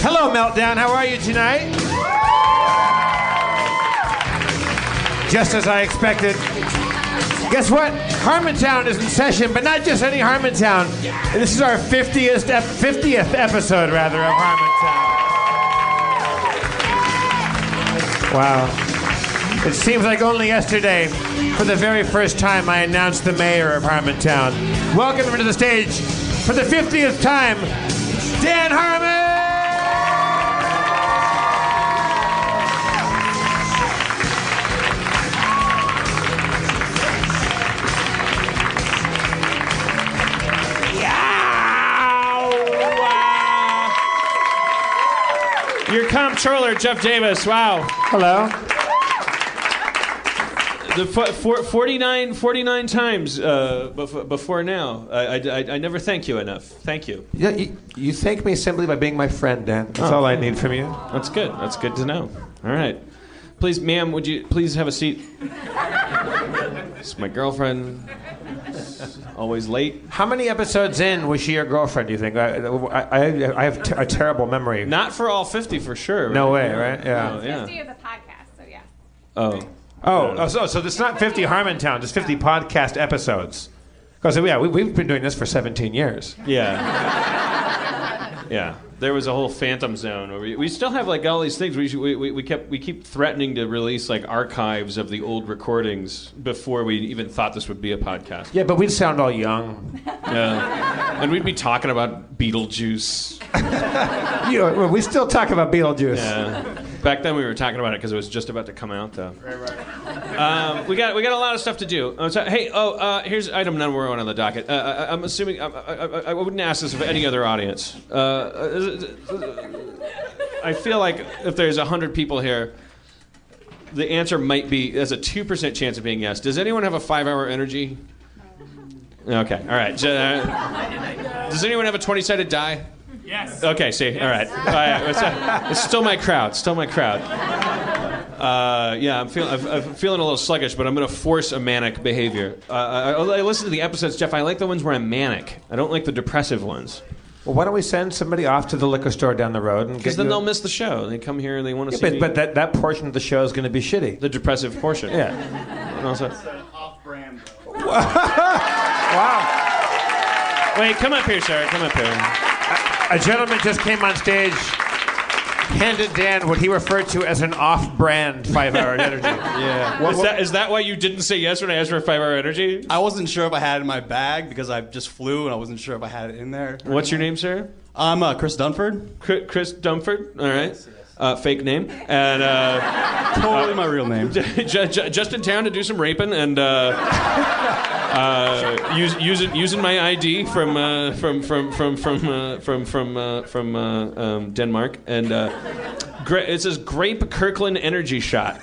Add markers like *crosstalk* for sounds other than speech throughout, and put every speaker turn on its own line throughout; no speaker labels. Hello, Meltdown. How are you tonight? Just as I expected. Guess what? Harmontown is in session, but not just any Harmontown. This is our 50th, ep- 50th episode, rather, of Harmontown. Wow. It seems like only yesterday, for the very first time, I announced the mayor of Harmontown. Welcome him to the stage for the 50th time, Dan Harmon!
Wow. Your comptroller, Jeff Davis. Wow.
Hello.
The fo- for- 49, 49 times uh, bef- before now. I, I, I- I never thank you enough. Thank you.
You, you, you thank me simply by being my friend, Dan. That's all I need from you.
That's good. That's good to know. All right. Please, ma'am, would you please have a seat? It's my girlfriend. Always late.
How many episodes in was she your girlfriend, do you think? I, I, I- I have t- a terrible memory.
Not for all 50 for sure.
No way, right? Yeah.
Oh,
Yeah.
yeah.
of the podcast, so yeah.
Oh.
Oh, oh, so, so this is not 50 Harmontown, just 50 podcast episodes. Because, yeah, we, we've been doing this for 17 years.
Yeah. yeah. There was a whole phantom zone. Where we, we still have like all these things. We, should, we, we, we kept we keep threatening to release like archives of the old recordings before we even thought this would be a podcast.
Yeah, but we'd sound all young.
Yeah. and we'd be talking about Beetlejuice.
You know, we still talk about Beetlejuice.
Yeah. Back then we were talking about it because it was just about to come out though. Right, right. *laughs* Um, we got we got a lot of stuff to do. Oh, so- hey, oh, uh, here's item number one on the docket. Uh, I, I'm assuming I, I, I, I wouldn't ask this of any other audience. Uh, uh, I feel like if there's hundred people here, the answer might be there's a two percent chance of being yes. Does anyone have a five-hour energy? Okay, all right. Ju- uh, does anyone have a twenty-sided die? Yes. Okay. See. All right. All right. It's, uh, it's still my crowd. Still my crowd. Uh, yeah, I'm, feel, I'm, I'm feeling a little sluggish, but I'm going to force a manic behavior. Uh, I, I I listen to the episodes, Jeff. I like the ones where I'm manic. I don't like the depressive ones
Well, why don't we send somebody off to the liquor store down the road and get
because then
you-
they'll miss the show. They come here and they want to
Yeah,
see
but,
me-
but that, that portion of the show is going to be shitty.
the depressive portion.
Yeah.
And also,
off-brand though.
Wow.
wait, come up here, Sarah. Come up here.
A gentleman just came on stage, handed Dan what he referred to as an off-brand five-hour
*laughs*
energy. yeah.
Is that, is that why you didn't say yes when I asked for five hour energy?
I wasn't sure if I had it in my bag because I just flew and I wasn't sure if I had it in there.
What's your name, Sarah?
I'm uh, Chris Dunford.
Chris, Chris Dumford. All right. Uh, fake name. And. Uh,
Totally my real
*laughs*
name.
Ju- ju- just in town to do some raping and uh, uh, use, using using my ID from uh, from from from from uh, from from uh, from uh, um, Denmark and uh, gra- it says grape Kirkland energy shot.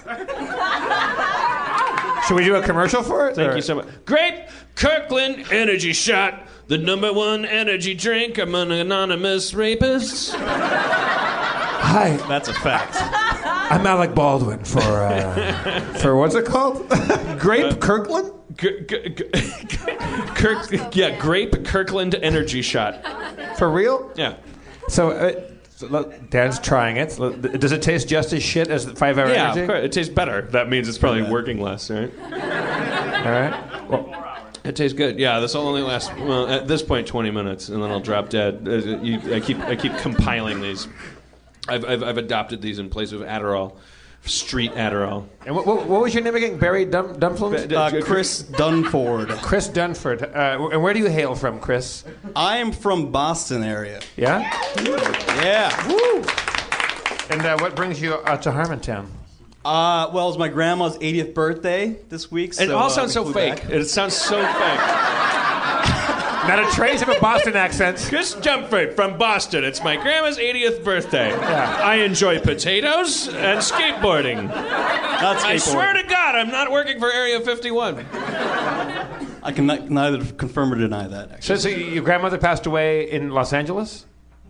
Should we do a commercial for it?
Thank
or-
you so much. Grape Kirkland energy shot, the number one energy drink among anonymous rapists.
Hi,
That's a fact.
I'm Alec Baldwin for
*laughs*
uh, for what's it called? *laughs* Grape
Uh,
Kirkland.
Gr- gr- gr- *laughs* Kirk, yeah, grape Kirkland energy shot.
For real?
Yeah.
So, uh, so look, Dan's trying it. So, look, Does it taste just as shit as the five hour
Yeah,
energy?
of course. It tastes better. That means it's probably working less, right?
All right. Well,
It tastes good. Yeah, this will only last well at this point 20 minutes, and then I'll drop dead. Uh, you- I keep I keep compiling these. I've, I've I've adopted these in place of Adderall, street Adderall.
and what, what, what was your name again? Barry Dum- Dumflins?
Ba-
Uh, Chris Dunford.
Chris Dunford. Uh, wh- and where do you hail from, Chris?
I am from Boston area.
Yeah.
Yeah.
Woo. And uh, what brings you uh, to Harmontown?
Uh, well, it's my grandma's 80th birthday this week.
It
so,
all
uh,
sounds
we
so
flew
fake.
back.
It sounds so fake.
Not a trace of a Boston accent.
Chris Jumford from Boston. It's my grandma's 80th birthday. I enjoy potatoes and skateboarding.
Not
I
skateboarding.
swear to God, I'm not working for Area 51.
I can ni- neither confirm or deny that. Actually.
So, so your grandmother passed away in Los Angeles?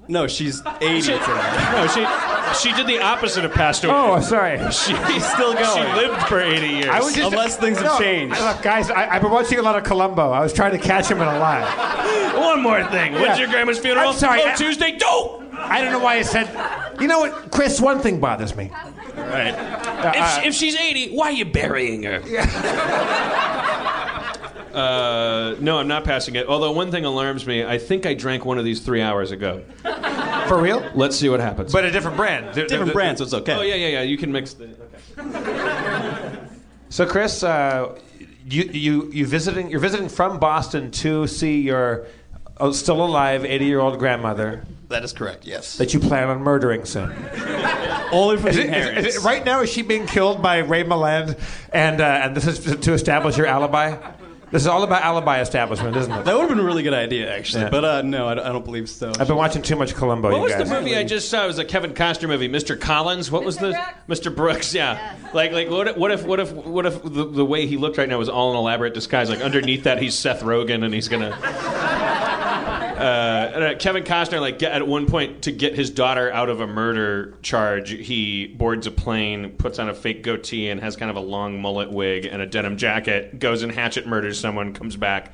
No, she's 80 today.
No, she she did the opposite of passed away.
Oh, sorry.
She's
still going.
She lived for 80 years.
I was just,
Unless things have changed.
I- look, guys, I, I've been watching a lot of Columbo. I was trying to catch him in a lie.
One more thing. When's
Yeah.
your grandma's funeral?
I'm sorry,
Oh,
I-
Tuesday. Dope.
I don't know why I said. You know what, Chris? One thing bothers me. Uh,
If, she, if she's 80, why are you burying her? *laughs* uh, no, I'm not passing it. Although one thing alarms me. I think I drank one of these three hours ago.
For real?
Let's see what happens.
But a different brand. They're-
Different
they're-
brand, so it's okay.
oh yeah, yeah, yeah. You can mix the. Okay.
So, Chris, uh, you you you visiting? You're visiting from Boston to see your oh, still alive 80 year old grandmother
That is correct. Yes.
that you plan on murdering soon.
Only for
Is it- is
the
it-
inheritance.
is it- right now, is she being killed by Ray Milland? And uh, and this is to establish your alibi. This is all about alibi establishment, isn't it?
That would have been a really good idea, actually.
Yeah.
But uh, no, I, don't- I don't believe so.
I've been watching too much Columbo.
What
you
was
guys.
the movie I just saw? It was a Kevin Costner movie, Mr. Collins. What was
Mr.
the
Brooks.
Mr. Brooks? Yeah. Like, like what, if- what if, what if, what if the, the way he looked right now was all an elaborate disguise? Like underneath that, he's Seth Rogen, and he's gonna. Uh, and, uh, Kevin Costner, like get- at one point, to get his daughter out of a murder charge, he boards a plane, puts on a fake goatee, and has kind of a long mullet wig and a denim jacket. Goes and hatchet murders someone, comes back.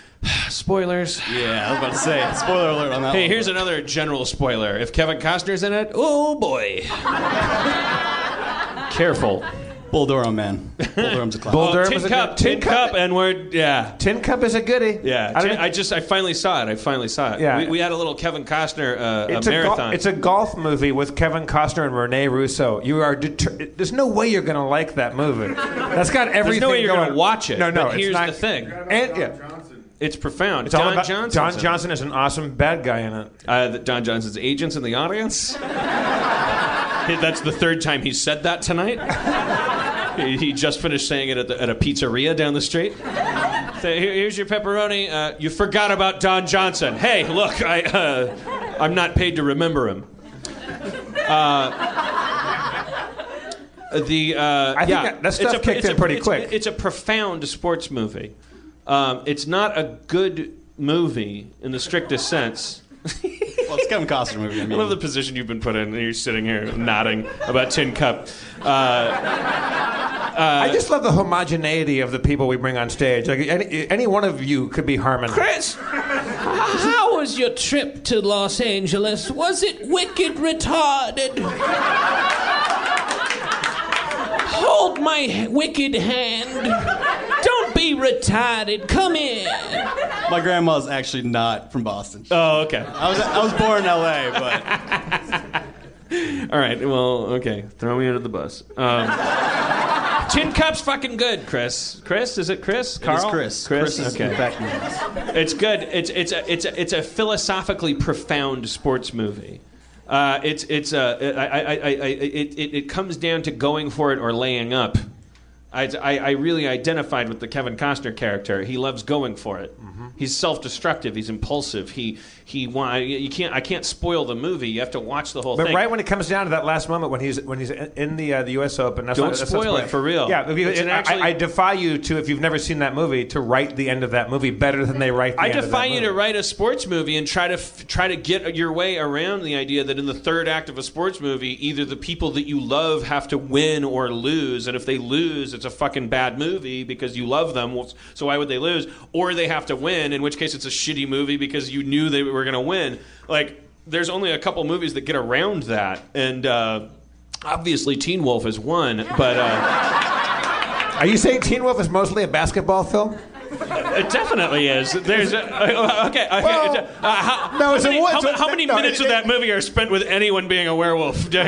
*sighs* Spoilers.
Yeah, I was about to say. Spoiler alert on that
Hey,
one.
here's another general spoiler. If Kevin Costner's in it, oh boy. Careful.
Bull Durham, man. Bull Durham's a classic.
Bull-
Oh,
Durham
tin
is a
cup,
good-
tin,
Tin
cup,
Cup.
and we're yeah.
Tin Cup is a goodie.
Yeah,
I
I,
don't think-
just I finally saw it. I finally saw it.
Yeah.
we, we had a little Kevin Costner uh,
It's
a
a, gol-
marathon.
it's a golf movie with Kevin Costner and Rene Russo. You are deter- there's no way you're going to like that movie. That's got everything.
There's no way you're
going
gonna watch it.
No, no.
but
it's
here's
not-
the thing.
And, yeah,
It's profound.
it's
Don
all about
Johnson.
Don Johnson is an awesome bad guy in it.
Uh, the- Don Johnson's agents in the audience. Hey, That's the third time he said that tonight. He he just finished saying it at, the, at a pizzeria down the street. So here- here's your pepperoni. Uh, you forgot about Don Johnson. Hey, look, I, uh, I'm not paid to remember him. Uh, the uh,
think
yeah,
that- that
It's
stuff
a-
kicked
it's
in
a-
pretty
it's-
quick.
It's a profound sports movie. Um, it's not a good movie in the strictest sense.
Well, it's a Kevin Costner movie. I mean,
I love the position you've been put in, and you're sitting here nodding about Tin Cup. Uh,
I just love the homogeneity of the people we bring on stage. Like any, any one of you could be Harmon.
Chris, how was your trip to Los Angeles? Was it wicked retarded? Hold my h- wicked hand. Don't be retarded. Come in.
my grandma's actually not from Boston.
oh, okay.
I was I was born in L.A., but
All right. Well, okay. Throw me under the bus. Um, tin Cup's fucking good, Chris. Chris, is it Chris? Carl?
it's Chris.
Chris.
is
okay.
in fact my-
It's good. It's it's a, it's a, it's a philosophically profound sports movie. Uh, it's it's a, I, I, I, I, it, it it comes down to going for it or laying up. I, I, I really identified with the Kevin Costner character. He loves going for it.
Mm-hmm.
He's self-destructive. He's impulsive. He he. wa- You can't. I can't spoil the movie. You have to watch the whole
But
thing.
right when it comes down to that last moment when he's when he's in in the uh, the U.S. Open, that's
Don't
not, that's
spoil
not
it, for real.
Yeah, if you-
It's an
I-
actually-
I, I defy you to if you've never seen that movie to write the end of that movie better than they write. The
I
end of that
defy you to
movie.
write a sports movie and try to f- try to get your way around the idea that in the third act of a sports movie, either the people that you love have to win or lose, and if they lose, it's a fucking bad movie because you love them. Well, So why would they lose? Or they have to win, in which case it's a shitty movie because you knew they were going to win. Like there's only a couple movies that get around that, and uh, obviously Teen Wolf is one, but. Uh,
Are you saying Teen Wolf is mostly a basketball film?
It definitely is. There's a, uh, okay. okay.
Well,
uh, how,
no, it's
how
a
many,
what-
how, ma- how
no,
many
no,
minutes
it-
of that movie are spent with anyone being a werewolf? *laughs* no,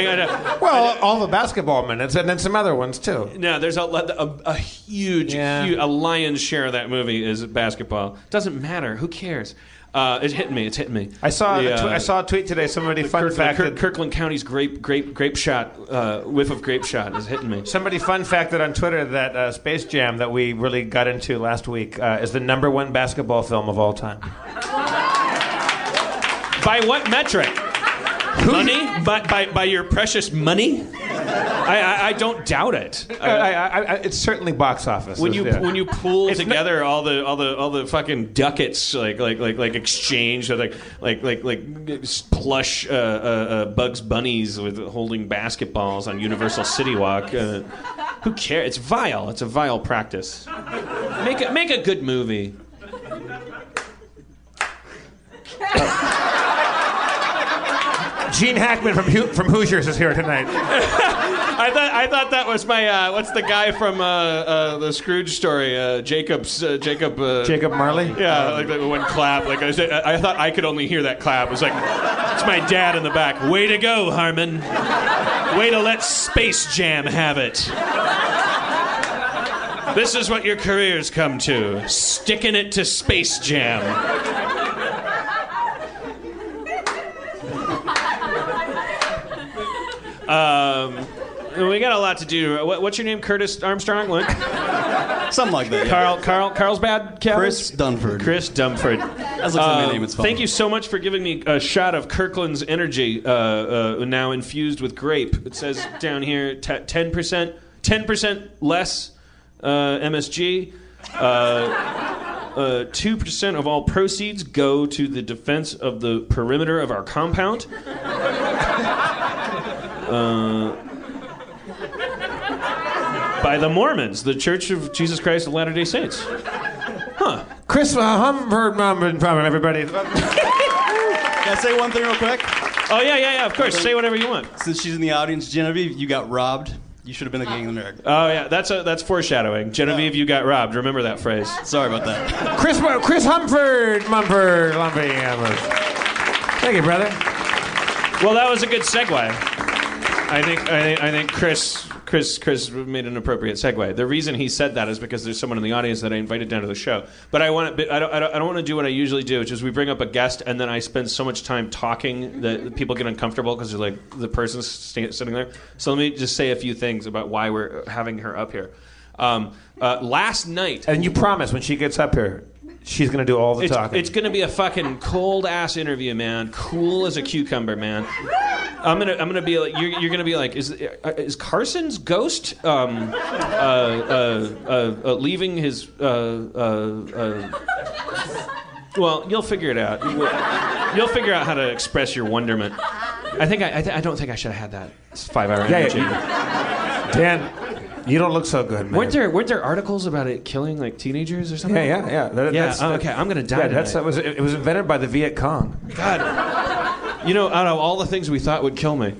Well, all the basketball minutes and then some other ones too.
there's a, a, a huge,
Yeah.
huge, a lion's share of that movie is basketball. Doesn't matter. Who cares? Uh, it's hitting me. It's hitting me.
I saw
The,
a tw-
uh,
I saw a tweet today. Somebody fun
Kirk-
fact.
Kirk- Kirkland County's grape, grape, grape shot, uh, whiff of grape shot is hitting me.
Somebody fun facted on Twitter that uh, Space Jam that we really got into last week uh, is the number one basketball film of all time.
By what metric? Money? By, by, by your precious money? I, I, I don't doubt it.
I, I, I, I, it's certainly box office.
when
is
you
the-
when you pool together all the all the all the fucking ducats like like like like exchange or like like like like plush uh, uh, uh, Bugs Bunnies with holding basketballs on Universal City Walk. Uh, who cares? It's vile. It's a vile practice. Make a, make a good movie.
Gene Hackman from Ho- from Hoosiers is here tonight.
I thought I thought that was my uh, what's the guy from uh, uh, the Scrooge story? Uh, Jacob's uh, Jacob. Uh,
Jacob Marley.
Yeah, like that one clap. Like I, said, I I thought I could only hear that clap. It was like it's my dad in the back. Way to go, Harmon. Way to let Space Jam have it. This is what your career's come to. Sticking it to Space Jam. Um, We got a lot to do. What, what's your name? Curtis Armstrong? What?
Something like that. Yeah.
Carl Carl Carlsbad? Calvin?
Chris Dunford.
Chris Dumford.
That's like my
Um,
name. It's fun.
Thank you so much for giving me a shot of Kirkland's energy, uh, uh, now infused with grape. It says down here ten percent, ten percent less uh, MSG. Uh, Two percent of all proceeds go to the defense of the perimeter of our compound. Uh, by the Mormons, the Church of Jesus Christ of Latter Day Saints.
Chris uh, Hummingbird Mumbin from everybody.
Can I say one thing real quick?
Oh yeah, yeah, yeah. Of course, say whatever you want.
Since she's in the audience, Genevieve, you got robbed. You should have been a Gang of America.
Oh yeah, that's a, that's foreshadowing. Genevieve, you got robbed. Remember that phrase.
Sorry about that.
Chris Mu- Chris Humford Mumford Lumpy Hammers. Thank you, brother.
Well, that was a good segue. I think I think, I think Chris Chris Chris made an appropriate segue. The reason he said that is because there's someone in the audience that I invited down to the show. But I want to, I don't I don't, I don't want to do what I usually do, which is we bring up a guest and then I spend so much time talking that people get uncomfortable because they're like the person's sta- sitting there. So let me just say a few things about why we're having her up here. Um, uh, last night,
And you promise when she gets up here, she's gonna do all the
It's,
talking.
it's gonna be a fucking cold ass interview, man. Cool as a cucumber, man. I'm gonna I'm gonna be like you're, you're gonna be like is uh, is Carson's ghost um, uh, uh, uh, uh, leaving his uh, uh, uh, well you'll figure it out you'll figure out how to express your wonderment. I think I I, th- I don't think I should have had that. It's five hour
Yeah,
energy.
Dan, you don't look so good, man.
Weren't there weren't there articles about it killing like teenagers or something?
Yeah, yeah, yeah. That-
Yeah,
that's-
oh, okay, I'm gonna die
Yeah, that's
tonight.
that was it was invented by the Viet Cong.
God, you know, out of all the things we thought would kill me,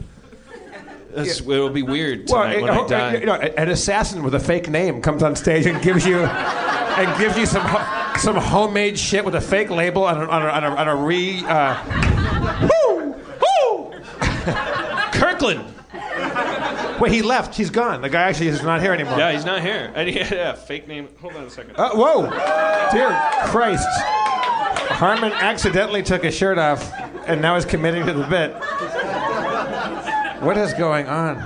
that's, it'll be weird tonight
it-
when
oh,
I die.
you know, an assassin with a fake name comes on stage and gives you and gives you some ho- some homemade shit with a fake label on a, on a, on a, on a re. Uh, *laughs* woo, woo.
Kirkland.
Wait, he left. He's gone. The guy actually is not here anymore.
Yeah, he's not here. And he had a fake name. Hold on a second.
Uh, whoa, dear Christ! Harmon accidentally took his shirt off, and now is committing to the bit. What is going on?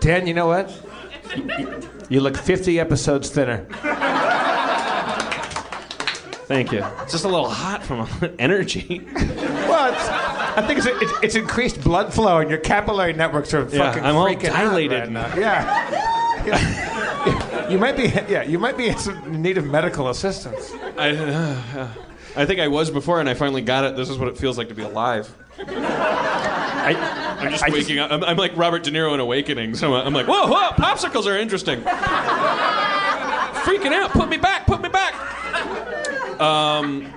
Dan, you know what? You look 50 episodes thinner.
Thank you. It's just a little hot from *laughs* all the energy.
Well, it's, I think it's, it's, it's increased blood flow, and your capillary networks are
Yeah,
fucking
I'm all
freaking out
dilated
right
now.
now. Yeah. Yeah. You might be, yeah. You might be in some need of medical assistance.
I, uh, I think I was before, and I finally got it. This is what it feels like to be alive.
I,
I'm just waking up. I'm, I'm like Robert De Niro in Awakening. So I'm like, whoa, whoa, popsicles are interesting. Freaking out. Put me back. Put me back. Um,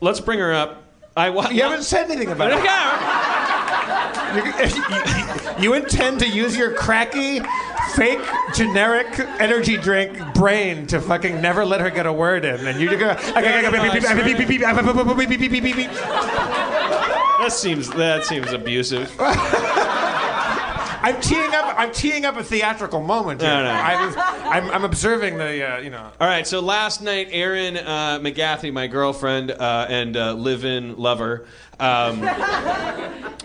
let's bring her up. I wa-
You haven't said anything about it.
Yeah.
You, you- you intend to use your cracky, fake, generic energy drink brain to fucking never let her get a word in, and you go.
That seems that seems abusive.
I'm teeing up. I'm teeing up a theatrical moment. Here.
No, no.
I was, I'm, I'm observing the. Uh, you know.
All right, so last night, Erin uh, McGathy, my girlfriend uh, and uh, live-in lover, um,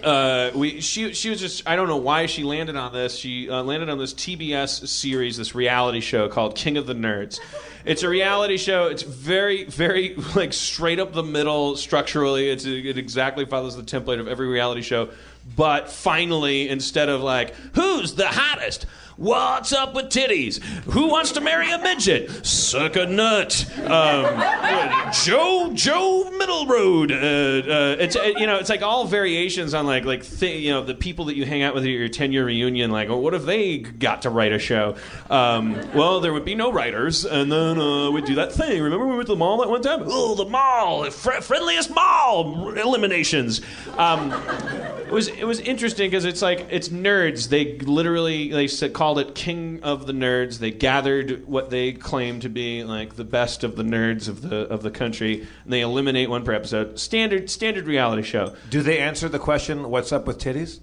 uh, we she she was just I don't know why she landed on this. She uh, landed on this TBS series, this reality show called King of the Nerds. It's a reality show. It's very very *laughs* like straight up the middle structurally. It's it exactly follows the template of every reality show, but finally instead of like who's the hottest. What's up with titties? Who wants to marry a midget? Suck a nut. Um, Joe Joe Middle Road. Uh, uh, it's uh, you know it's like all variations on like like th- you know the people that you hang out with at your ten year reunion. Like, oh, what if they got to write a show? Um, well, there would be no writers, and then uh, we'd do that thing. Remember we went to the mall that one time? Oh, the mall, fr- friendliest mall eliminations. Um, it was it was interesting because it's like it's nerds. They literally they said, called it King of the Nerds. They gathered what they claim to be like the best of the nerds of the of the country, and they eliminate one per episode. Standard standard reality show.
Do they answer the question, what's up with titties?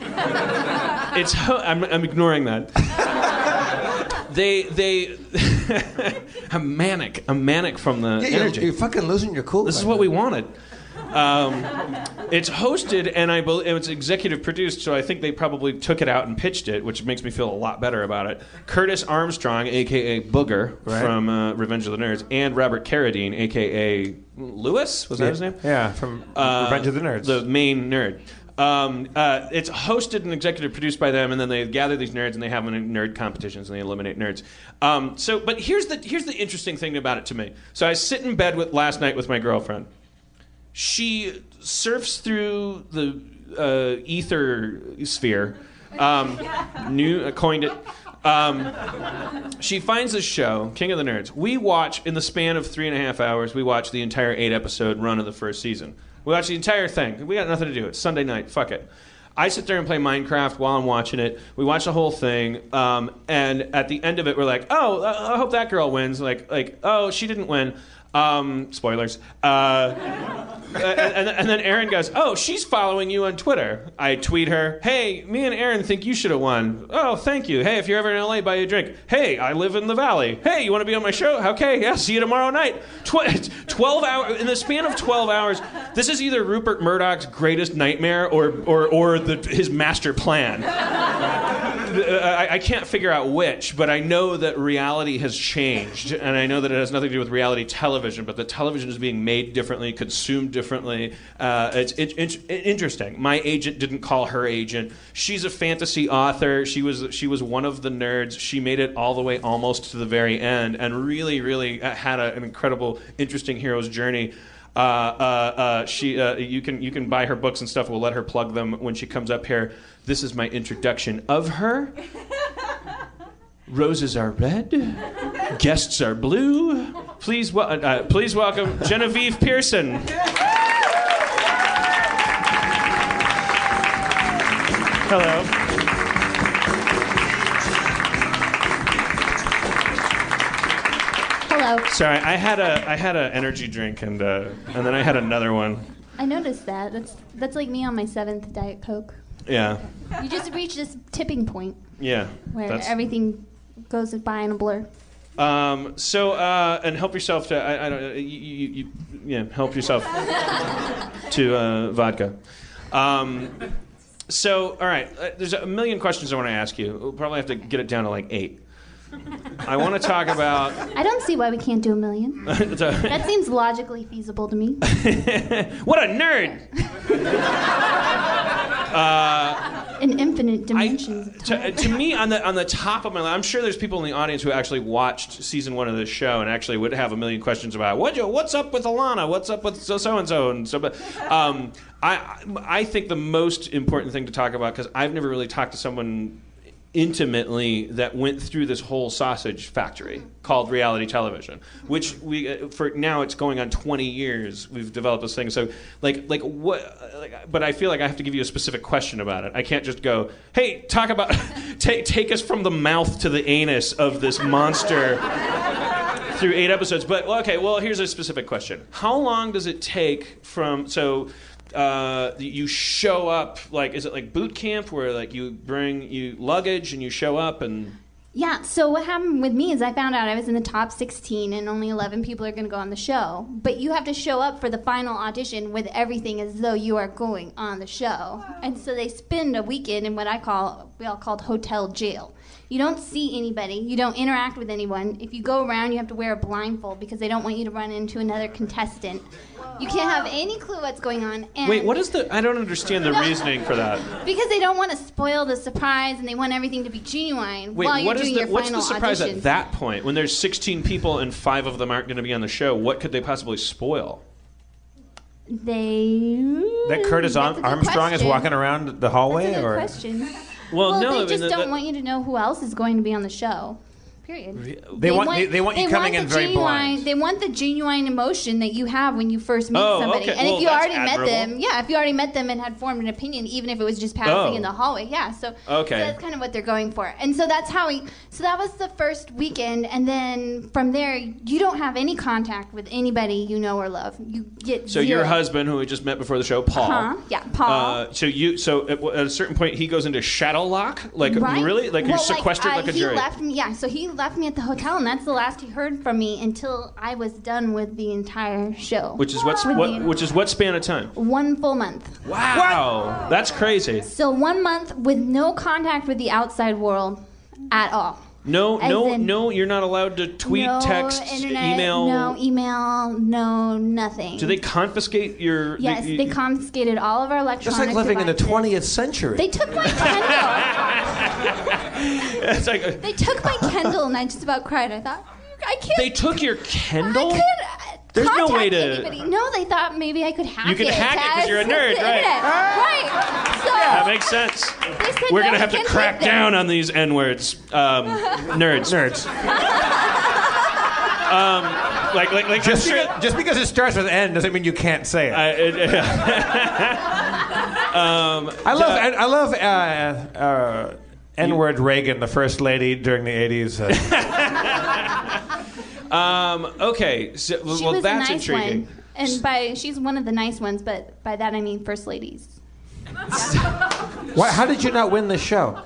It's ho- I'm I'm ignoring that. they they *laughs* I'm manic. I'm manic from the
Yeah,
energy.
You're, you're fucking losing your cool.
This is
right
what
now.
we wanted. Um, it's hosted and I bel it's executive produced, so I think they probably took it out and pitched it, which makes me feel a lot better about it. Curtis Armstrong, aka Booger
Right.
from uh, Revenge of the Nerds, and Robert Carradine, aka Lewis, was that his name?
Yeah, from
Uh,
Revenge of the Nerds.
The main nerd. Um, uh, it's hosted and executive produced by them, and then they gather these nerds and they have them in nerd competitions and they eliminate nerds. Um, so, but here's the here's the interesting thing about it to me. So I sit in bed with last night with my girlfriend. She surfs through the uh, ether sphere. Um, new uh, coined it. Um, she finds this show, King of the Nerds. We watch in the span of three and a half hours. We watch the entire eight episode run of the first season. We watch the entire thing. We got nothing to do. It's Sunday night. Fuck it. I sit there and play Minecraft while I'm watching it. We watch the whole thing, um, and at the end of it, we're like, "Oh, I I hope that girl wins." Like, like, oh, she didn't win. Um, spoilers. Uh, and, and- and then Aaron goes, "Oh, she's following you on Twitter." I tweet her, "Hey, me and Aaron think you should have won." Oh, thank you. Hey, if you're ever in LA, buy you a drink. Hey, I live in the Valley. Hey, you want to be on my show? Okay, yeah. See you tomorrow night. Tw- *laughs* twelve hours in the span of twelve hours. This is either Rupert Murdoch's greatest nightmare or or or the, his master plan. I, I can't figure out which, but I know that reality has changed, and I know that it has nothing to do with reality television, but the television is being made differently, consumed differently. Uh, it's, it's, it's interesting. My agent didn't call her agent. She's a fantasy author. She was she was one of the nerds. She made it all the way almost to the very end, and really, really uh, had a, an incredible, interesting hero's journey. Uh, uh, uh, she, uh, you can you can buy her books and stuff. We'll let her plug them when she comes up here. This is my introduction of her. Roses are red. Guests are blue. Please, wel- uh, uh, please welcome Genevieve Pearson. Hello.
Hello.
Sorry, I had a I had an energy drink and uh, and then I had another one.
I noticed that. That's that's like me on my seventh Diet Coke.
Yeah,
You just reach this tipping point
yeah.
where
That's-
everything goes by in a blur.
Um, so uh, and help yourself to I, I don't uh, you, you, you yeah help yourself to uh, vodka. Um, so all right, uh, there's a million questions I want to ask you. We'll probably have to get it down to like eight. I want to talk about. *laughs*
I don't see why we can't do a million. That seems logically feasible to me.
what a nerd!
In infinite dimensions. of
to, uh,
time.
to me on the on the top of my I'm sure there's people in the audience who actually watched season one of this show and actually would have a million questions about what you, what's up with Alana, what's up with so so and so and so. But um, I I think the most important thing to talk about because I've never really talked to someone intimately that went through this whole sausage factory called reality television which we uh, for now it's going on 20 years we've developed this thing so like like what like, but i feel like i have to give you a specific question about it i can't just go hey talk about *laughs* take take us from the mouth to the anus of this monster through eight episodes. But well, okay, well, here's a specific question: How long does it take from so? Uh, you show up like is it like boot camp where like you bring you luggage and you show up and
Yeah, so what happened with me is I found out I was in the top 16 and only 11 people are going to go on the show. But you have to show up for the final audition with everything as though you are going on the show. And so they spend a weekend in what I call, we all called hotel jail. You don't see anybody. You don't interact with anyone. If you go around, you have to wear a blindfold because they don't want you to run into another contestant. You can't have any clue what's going on. And
Wait, what is the? I don't understand the reasoning for that.
Because they don't want to spoil the surprise and they want everything to be genuine
Wait,
while you're
what is
doing
the,
your
what's
final
the surprise
audition.
at that point when there's 16 people and five of them aren't going to be on the show? What could they possibly spoil?
They
That Curtis
That's a good
Armstrong is
question.
walking around the
That's
hallway,
a good
or
question.
Well,
Well,
no, I
they
mean,
just
the-
don't
the-
want you to know who else is going to be on the show. Period.
they want they, they want you coming
the
in very
genuine,
blind.
They want the genuine emotion that you have when you first meet
Oh,
somebody.
okay.
And
Well,
if you
that's
already
admirable.
met them, yeah, if you already met them and had formed an opinion, even if it was just passing
Oh.
in the hallway, yeah. So,
Okay.
so that's kind of what they're going for. And so that's how we. So that was the first weekend, and then from there, you don't have any contact with anybody you know or love. You get
So your
zero.
husband, who we just met before the show, Paul.
Huh? Yeah, Paul.
Uh, so you, so at, at a certain point, he goes into shadow lock. Like
Right?
really, like you're
Well,
sequestered
I-
like, a
he
jury.
Left me, yeah, so he left me at the hotel, and that's the last he heard from me until I was done with the entire show.
which is what's what, which is what span of time?
one full month.
Wow, that's crazy.
So one month with no contact with the outside world at all.
No,
As
no,
in-
no. You're not allowed to tweet,
no
text,
internet,
email.
no e- email, no nothing.
Do they confiscate your?
Yes,
the-
they confiscated all of our electronics.
That's like living in the
devices.
20th century.
They took my Kindle.
*laughs* It's like uh,
they took my Kindle, and I just about cried. I thought, I can't.
they took your Kindle.
I could. uh,
There's no
contact
way to-
Anybody. No, they thought maybe I could hack it.
You could hack it 'cause
as
you're a
*laughs*
nerd,
the
right.
internet. Right. So
That makes sense.
they said
We're
no,
gonna
we
have to
can't
crack
do this.
down on these n words,
*laughs*
um, nerds. Um,
Nerds.
Like, like, like.
Just
I'm sure-
because, just because it starts with N doesn't mean you can't say it.
I- it- *laughs*
I love I, I love uh, uh, N-word Reagan, the first lady during the 80s. *laughs* Uh,
um, okay. So,
She
well,
was
that's
a nice
intriguing.
*laughs* one, and by she's one of the nice ones, but by that I mean first ladies.
why, how did you not win this show?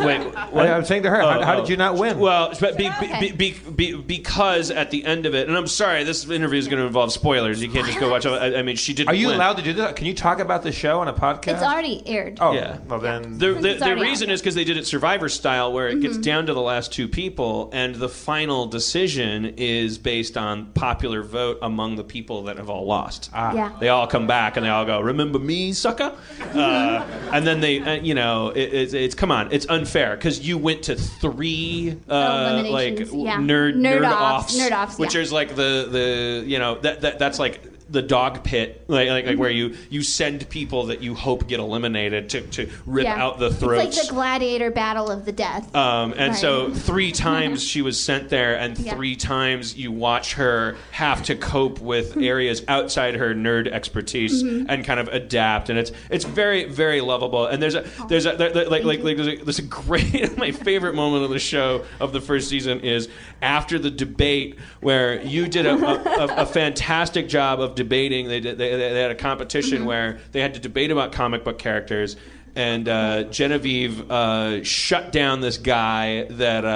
Wait, what?
I- I'm saying to her, how- how did you not win?
Well, but be,
Okay.
be, be, be, because at the end of it, and I'm sorry, this interview is going to involve spoilers. You can't just go watch. all- I, I mean, she didn't.
Are you
win.
allowed to do that? Can you talk about the show on a podcast?
It's already aired.
Oh,
Yeah.
well then.
The,
Since
the,
it's
the
already
reason
out.
is because they did it survivor style where it
Mm-hmm.
gets down to the last two people and the final decision is based on popular vote among the people that have all lost Ah,
Yeah.
they all come back and they all go remember me sucker uh,
Mm-hmm.
and then they uh, you know it, it's, it's come on it's unfair because you went to three uh, like
Eliminations,
w-
yeah.
nerd
Nerd
offs,
offs, nerd offs,
which
yeah.
is like the the you know that, that that's like the dog pit like like, like where
Mm-hmm.
you you send people that you hope get eliminated to to rip
Yeah.
out the throats
It's like the gladiator battle of the death.
um, and so
Right. *laughs*
three times she was sent there, and
Yeah.
three times you watch her have to cope with
Mm-hmm.
areas outside her nerd expertise and kind of adapt. And it's it's very very lovable. And there's a there's a there, there- like like like there's a, there's a great *laughs* my favorite moment of the show of the first season is after the debate where you did a, a, a, a fantastic job of debating. They did they, they they had a
Mm-hmm.
competition where they had to debate about comic book characters and uh, Genevieve uh, shut down this guy that uh,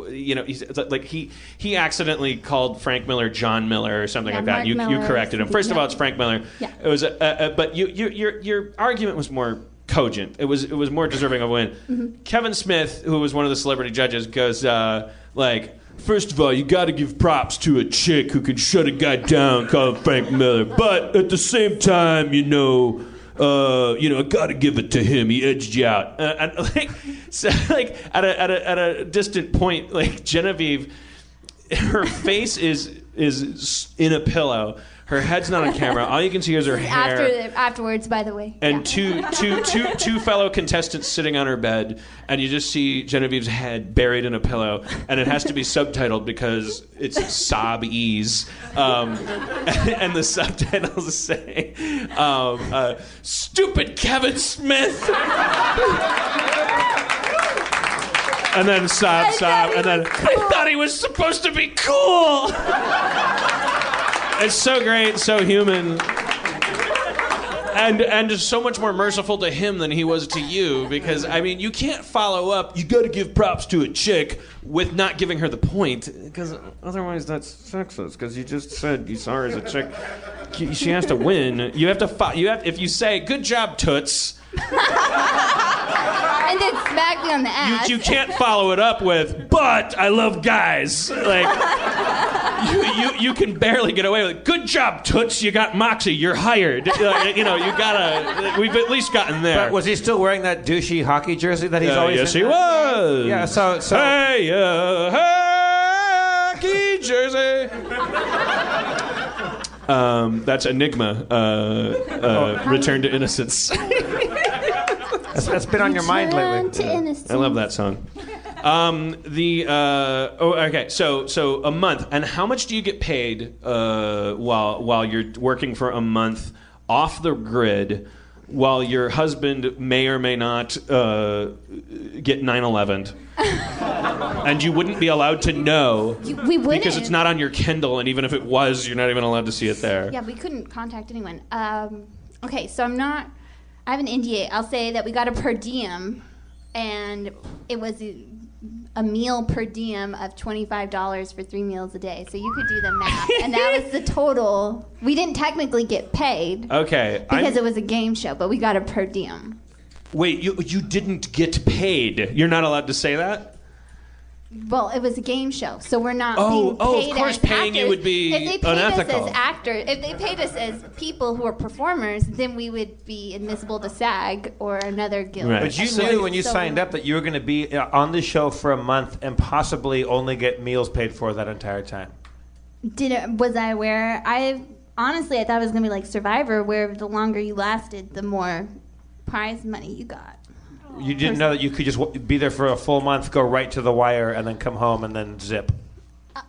uh, you know he's it's like he he accidentally called Frank Miller John Miller or something
Yeah,
like that.
Mark
You, you
Miller or
corrected him. First of
something,
all, it's Frank Miller.
Yeah.
It was uh, uh, but you, you, your your argument was more cogent. It was it was more deserving of a win. Kevin Smith, who was one of the celebrity judges, goes uh, like. First of all, you got to give props to a chick who can shut a guy down, called Frank Miller. But at the same time, you know, uh, you know, I gotta give it to him. He edged you out. Uh, and, *laughs* like, so, like at a, at a at a distant point, like Genevieve, *laughs* her face is is in a pillow. Her head's not on camera. All you can see is her hair
After afterwards, by the way.
and two,
Yeah.
two, two, two fellow contestants sitting on her bed, and you just see Genevieve's head buried in a pillow, and it has to be subtitled because it's sob ease. Um, *laughs* and, the subtitles say, um, uh, Stupid Kevin Smith! and then sob,
I thought
sob,
he
and then
was
I thought he was supposed to be cool! it's so great, so human and and just so much more merciful to him than he was to you because I mean you can't follow up. You got to give props to a chick with not giving her the point because otherwise that's sexist. Because you just said you saw her as a chick. She has to win. You have to. Fo- you have if you say good job, toots.
and then smack me on the ass.
you, you can't follow it up with but i love guys like you, you, you can barely get away with it good job toots you got moxie you're hired Like, you know you gotta we've at least gotten there
But was he still wearing that douchey hockey jersey that he's
Uh,
always?
yes
in?
he was
Yeah. So so.
hey uh, hockey jersey um, that's enigma uh, uh, return to innocence *laughs*
That's, that's been on your mind
Return to
lately.
innocence.
I love that song. Um, the uh, oh, okay, so so a month, and how much do you get paid uh, while while you're working for a month off the grid, while your husband may or may not uh, get
*laughs*
9/11, and you wouldn't be allowed to know
You- we wouldn't.
because it's not on your Kindle, and even if it was, you're not even allowed to see it there.
Yeah, we couldn't contact anyone. Um, okay, so I'm not. I have an NDA. I'll say that we got a per diem, and it was a, a meal per diem of twenty five dollars for three meals a day. So you could do the math, and that was the total. We didn't technically get paid
Uh, Okay, I'm-
because it was a game show, but we got a per diem.
wait, you you didn't get paid. You're not allowed to say that.
Well, it was a game show, so we're not
Oh,
being paid
oh, of course,
as
paying you
actors.
would be
if they paid
unethical.
us as actors. If they paid us as people who are performers, then we would be admissible to SAG or another guild.
Right.
But you
So-
knew when you
so-
signed up that you were going to be uh, on the show for a month and possibly only get meals paid for that entire time.
Did it, was I aware? I honestly, I thought it was gonna be like Survivor, where the longer you lasted, the more prize money you got.
You didn't know that you could just w- be there for a full month, go right to the wire, and then come home and then zip.
I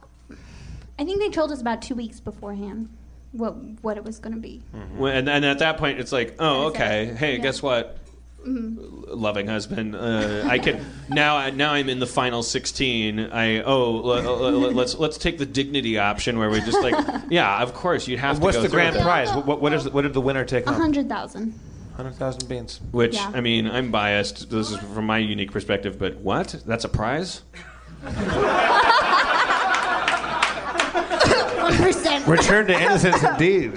think they told us about two weeks beforehand what what it was gonna be.
Well, And, and at that point, it's like, oh,
That's it.
okay. Hey,
Yeah. Mm-hmm.
guess what? L- Loving husband, uh, I can *laughs* now. I- Now I'm in the final sixteen. I oh, l- l- l- let's let's take the dignity option where we just
*laughs*
like, yeah, of course you'd have to.
What's
go
the
through
grand
with it.
prize? What, what, what, is, what did the winner take
A
home?
hundred thousand.
100,000 beans.
Which
Yeah.
I mean, I'm biased. This is from my unique perspective, but what? That's a prize?
One percent.
Return to
*laughs*
innocence indeed.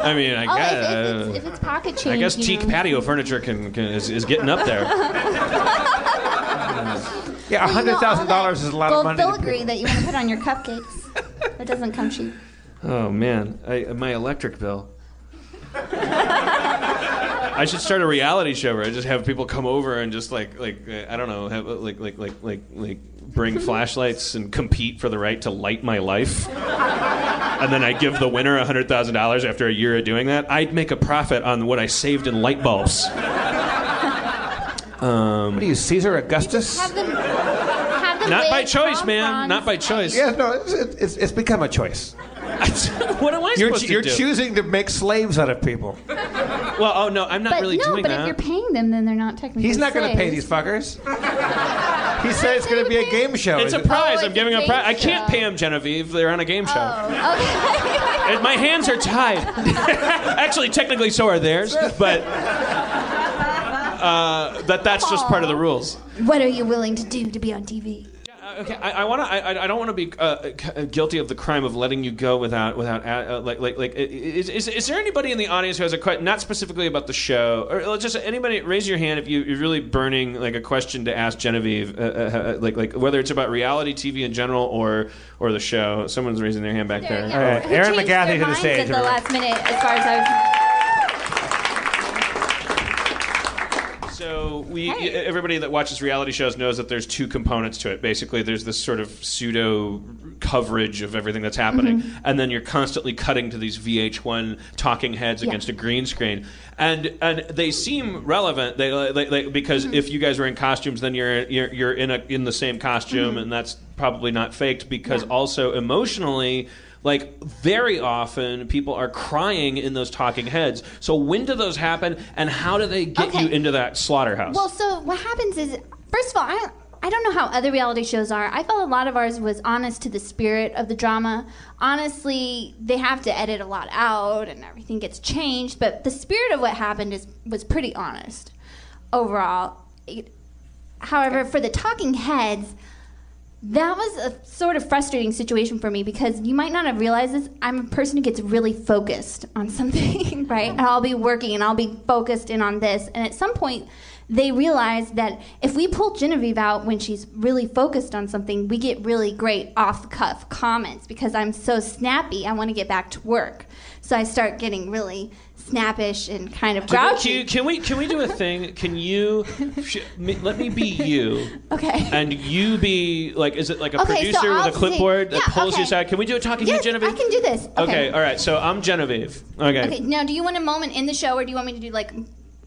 I mean, I
Oh,
guess.
if, if, it's, if it's pocket change.
I guess
you
teak
know.
patio furniture can, can is, is getting up
*laughs*
there.
Yeah,
Well, you know, all
$100,000 is
that
a lot
gold
of money. to
filigree
pay.
that you want to put on your cupcakes. that doesn't come cheap.
Oh man, I, my electric bill. I should start a reality show where I just have people come over and just like like uh, I don't know, have, uh, like like like like like bring flashlights and compete for the right to light my life. And then I give the winner hundred thousand dollars after a year of doing that. I'd make a profit on what I saved in light bulbs.
What are you, Caesar Augustus?
Have them, have them
Not by
wave
choice,
pom
man.
fronds
Not by
at
choice.
you.
Yeah, no, it's, it's, it's become a choice.
*laughs* what am I
You're,
supposed
you're
to do?
choosing to make slaves out of people.
well, oh no, I'm not
But
really
no,
doing
but
that.
if you're paying them, then they're not technically.
He's not going to pay
slaves.
these fuckers.
*laughs*
He said it's going to be a game show.
it's a
Is it-
prize.
Oh,
I'm
it's
giving
a
a prize. I
game
can't
show.
pay them, Genevieve. They're on a game show.
Oh, *laughs* okay.
And my hands are tied. *laughs* Actually, technically, so are theirs, but uh, that that's just part of the rules.
what are you willing to do to be on TV?
Uh, Okay, I, I want to. I, I- I don't want to be uh, uh, c- uh, guilty of the crime of letting you go without without uh, uh, like like like. i- i- Is, is, is there anybody in the audience who has a question? Not specifically about the show, or uh, just anybody. Raise your hand if you, you're really burning like a question to ask Genevieve, uh, uh, uh, like like whether it's about reality TV in general or or the show. Someone's raising their hand back there.
All right,
Who
Aaron
changed
McGathy
their
to the
minds
stage,
At the
everyone.
last minute, as far as I
So we
Hey.
e- everybody that watches reality shows knows that there's two components to it. Basically, there's this sort of pseudo coverage of everything that's happening,
Mm-hmm.
and then you're constantly cutting to these VH1 talking heads against a green screen, and and they seem relevant. They, they, they because
Mm-hmm.
if you guys were in costumes, then you're you're, you're in a in the same costume,
Mm-hmm.
and that's probably not faked. Because also emotionally. Like very often, people are crying in those talking heads. So when do those happen, and how do they get
Okay.
you into that slaughterhouse?
Well, so what happens is, first of all, I I don't know how other reality shows are. I felt a lot of ours was honest to the spirit of the drama. Honestly, they have to edit a lot out, and everything gets changed. But the spirit of what happened is was pretty honest overall. It- however, for the talking heads, that was a sort of frustrating situation for me because you might not have realized this. I'm a person who gets really focused on *laughs* something, right? And I'll be working and I'll be focused in on this. And at some point, they realize that if we pull Genevieve out when she's really focused on something, we get really great off the cuff comments because I'm so snappy. I want to get back to work. So I start getting really snappish and kind of
Can, you-
grouchy.
can we can we do a thing? Can
*laughs*
you sh- me, let me be you,
Okay. *laughs*
and you be like? Is it like a
Okay, so
producer
I'll
with a clipboard
sing-
that
yeah,
pulls
okay.
you aside? Can we do a talking
yes,
to Genevieve?
I can do this.
Okay. all right. So I'm Genevieve. Okay.
Okay, now do you want a moment in the show or do you want me to do like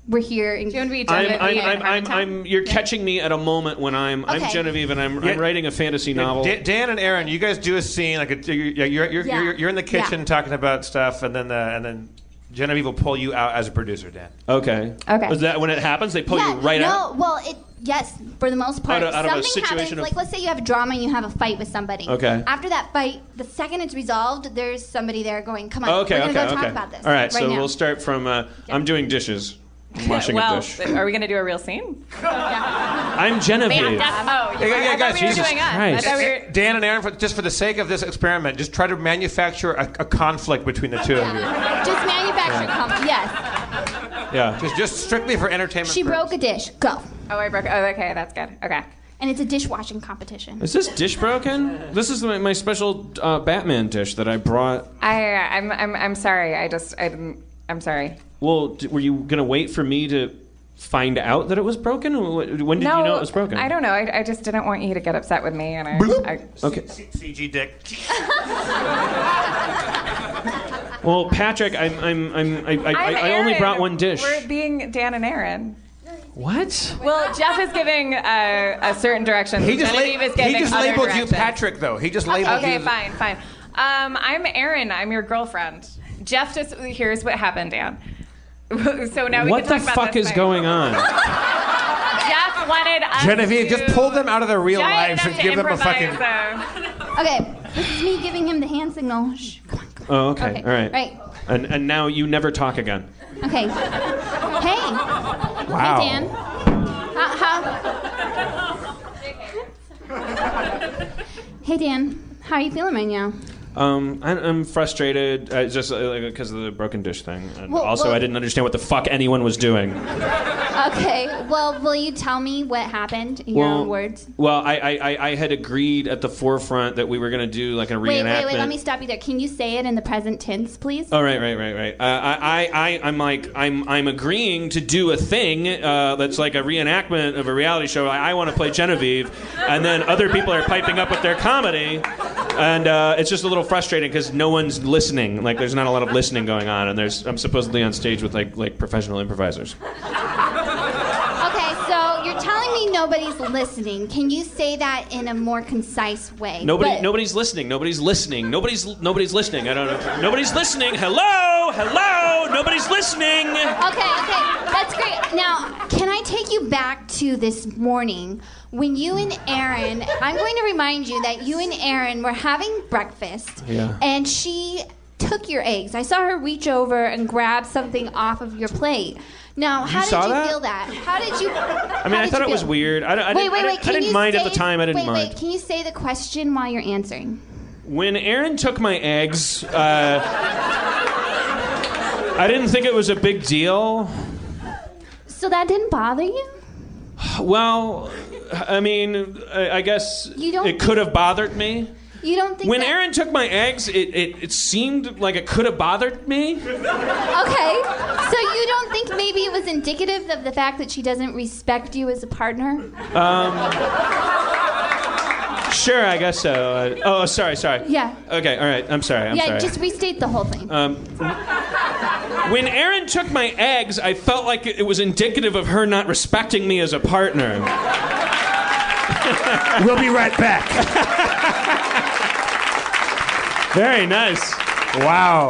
we're here and
Do you want to be
I'm,
Genevieve?
I'm,
Yeah,
I'm, I'm,
Harmontown.
I'm, you're catching me at a moment when I'm, I'm
Okay.
Genevieve and I'm, I'm
Yeah.
writing a fantasy novel.
Dan, Dan and Aaron, you guys do a scene like a, you're, you're, you're,
Yeah.
you're, you're in the kitchen
Yeah.
talking about stuff, and then the, and then Genevieve will pull you out as a producer, Dan.
Okay.
Okay.
Is that when it happens? They pull
yeah,
you right
no,
out.
well, it yes, for the most part.
Out of- out of a
Something happens,
situation of-
like let's say you have a drama and you have a fight with somebody.
Okay.
After that fight, the second it's resolved, there's somebody there going, "Come on,
Okay.
we're gonna
okay.
go
okay.
talk about this."
All right. so
now.
we'll start from. Uh, I'm doing
*laughs*
dishes. I'm washing
well,
a dish.
are we going to do a real scene?
I'm Genevieve.
oh, you
Yeah, yeah,
I
guys,
thought we were
Jesus
doing us.
Christ.
I thought we were,
Dan and Aaron, for, just for the sake of this experiment, just try to manufacture a, a conflict between the two of you.
Yeah. Just manufacture comedy. Yes,
Yeah.
Just, just strictly for entertainment.
she broke
purposes.
a dish. Go,
oh, I broke. Oh, okay, that's good. Okay.
and it's a dishwashing competition.
Is this dish broken? This is my, my special uh, Batman dish that I brought.
I, I'm, I'm, I'm sorry. I just, I didn't. I'm sorry.
Well, d- were you gonna wait for me to find out that it was broken? Or wh- When did
no,
you know it was broken?
I don't know. I, I just didn't want you to get upset with me, and I, I
Okay.
CG dick.
Well, Patrick, I'm I'm I'm I, I,
I'm
I- I only
Aaron.
brought one dish.
We're being Dan and Aaron.
What?
Well, Jeff is giving uh, a certain direction.
He just, la-
Genevieve is giving
he just
other
labeled
directions.
you Patrick, though. He just labeled you.
Okay, fine, fine. Um, I'm Erin. I'm your girlfriend. Jeff just here's what happened, Dan. *laughs* so now we
What
can
the
talk about
fuck
this
is
thing.
going
*laughs*
on?
Jeff wanted us
Genevieve,
to-
just pull them out of their real
Yeah, I
lives
have
and
to
give them a
improvise,
fucking.
so-
Okay, this is me giving him the hand signal. Shh, come on, come on.
Oh, okay. All right.
Right.
And and now you never talk again.
Okay. Hey,
Oh.
Wow.
hey, Dan. How- how- hey, Dan. How are you feeling right now?
Um, I, I'm frustrated uh, just because of the broken dish thing, and
Well,
also
well-
I didn't understand what the fuck anyone was doing.
Okay. Well, will you tell me what happened in your own words?
Well, I, I, I- I had agreed at the forefront that we were going to do like a reenactment.
Wait, wait, wait. Let me stop you there. Can you say it in the present tense, please?
Oh right, right, right, right. Uh, I, I, I, I'm like, I'm, I'm agreeing to do a thing uh, that's like a reenactment of a reality show. I, I want to play Genevieve, and then other people are piping up with their comedy, and uh, it's just a little frustrating because no one's listening. Like, there's not a lot of listening going on, and there's, I'm supposedly on stage with like, like professional improvisers.
Okay. So you're telling me nobody's listening. Can you say that in a more concise way?
Nobody,
But-
nobody's listening. Nobody's listening. Nobody's, nobody's listening. I don't know. Nobody's listening. Hello, hello. Nobody's listening.
Okay, okay, that's great. Now, can I take you back to this morning when you and Aaron? I'm going to remind you that you and Aaron were having breakfast,
Yeah.
and she took your eggs. I saw her reach over and grab something off of your plate. Now, how
saw
did you
that?
feel that? How did you?
I mean, I thought it was weird. I, don't- I
wait,
didn't, I
wait, wait.
didn't, I
can
didn't
you
mind at the
say-
time. I didn't
wait,
mind.
Wait, can you say the question while you're answering?
When Aaron took my eggs, uh, I didn't think it was a big deal.
So that didn't bother you?
Well, I mean, I I guess
You don't-
it could have bothered me.
You don't think
When
that-
Aaron took my eggs, it, it, it seemed like it could have bothered me.
Okay. So you don't think maybe it was indicative of the fact that she doesn't respect you as a partner?
Sure, I guess so. Uh, oh, sorry, sorry.
Yeah.
Okay, all right. I'm sorry. I'm
yeah,
sorry. Uh,
just restate the whole thing.
When Aaron took my eggs, I felt like it was indicative of her not respecting me as a partner.
*laughs* We'll be right back.
*laughs* Very nice.
wow.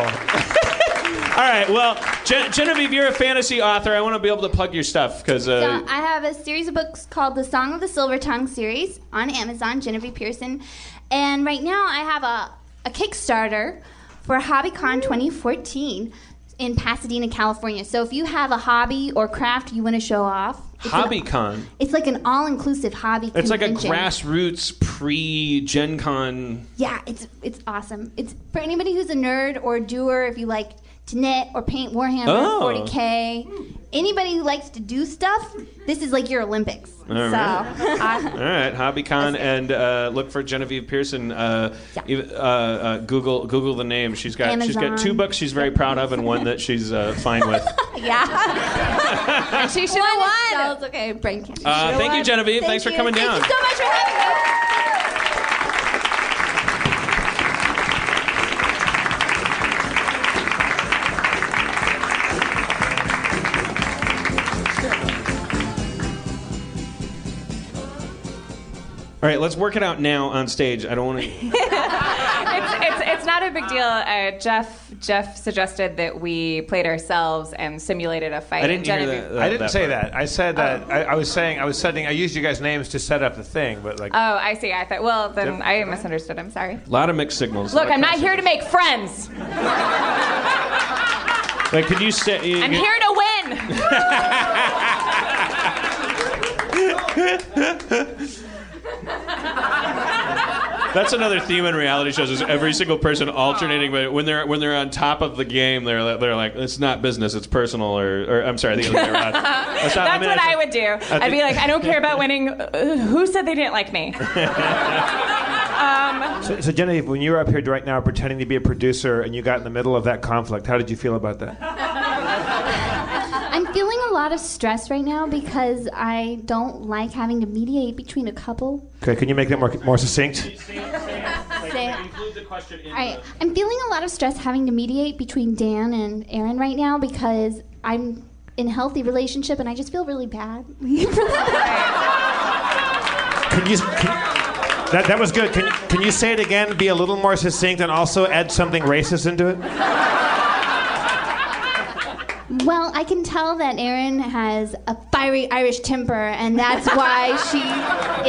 All right. Well, Gen- Genevieve, you're a fantasy author. I want to be able to plug your stuff because
so
uh,
I have a series of books called The Song of the Silver Tongue series on Amazon, Genevieve Pearson. And right now I have a, a Kickstarter for HobbyCon 2014. in Pasadena, California. So if you have a hobby or craft you want to show off, it's an-
HobbyCon.
it's like an all-inclusive hobby.
It's like a
convention.
grassroots pre Gen Con.
Yeah, it's it's awesome. It's for anybody who's a nerd or a doer. If you like to knit or paint Warhammer
Oh.
40k, anybody who likes to do stuff, this is like your Olympics. so *laughs* uh,
All right, HobbyCon, and uh, look for Genevieve Pearson. Uh,
Yeah.
ev- uh, uh, Google Google the name. She's got she's got
Amazon.
two books she's very proud of, and one that she's uh, fine
*laughs*
with.
yeah,
She should have won.
That was okay. Brain candy.
Uh, thank you, Genevieve. Thanks for
you.
coming down.
Thank you so much for having us.
All right, let's work it out now on stage. I don't want to.
It's, it's, it's not a big deal. Uh, Jeff Jeff suggested that we played ourselves and simulated a fight.
I didn't
and
hear uh,
Genevieve-
that.
I didn't say
part.
that. I said that. I, I was saying. I was setting. I used you guys' names to set up the thing, but like.
Oh, I see. I thought. Well, then I misunderstood. I'm sorry.
A lot of mixed signals.
Look, I'm not here to make friends.
Like, could you say? you-
I'm
you-
here to win.
That's another theme in reality shows is every single person alternating, but when they're when they're on top of the game, they're li- they're like, it's not business, it's personal, or, or I'm sorry, the other way
*laughs*
around. That's, not- I
That's
mean,
what
that's-
I would do. I'd be like, I don't care about winning. Uh, Who said they didn't like
*laughs*
me?
So, so Genevieve, when you were up here right now pretending to be a producer and you got in the middle of that conflict, how did you feel about that?
I'm feeling a lot of stress right now because I don't like having to mediate between a couple.
Okay, can you make that more more succinct?
Say- I, I'm feeling a lot of stress having to mediate between Dan and Aaron right now because I'm in a healthy relationship and I just feel really bad. *laughs*
Can you? Can, that, that was good. Can, you- can you say it again? Be a little more succinct and also add something racist into it.
well, I can tell that Aaron has a fiery Irish temper and that's why she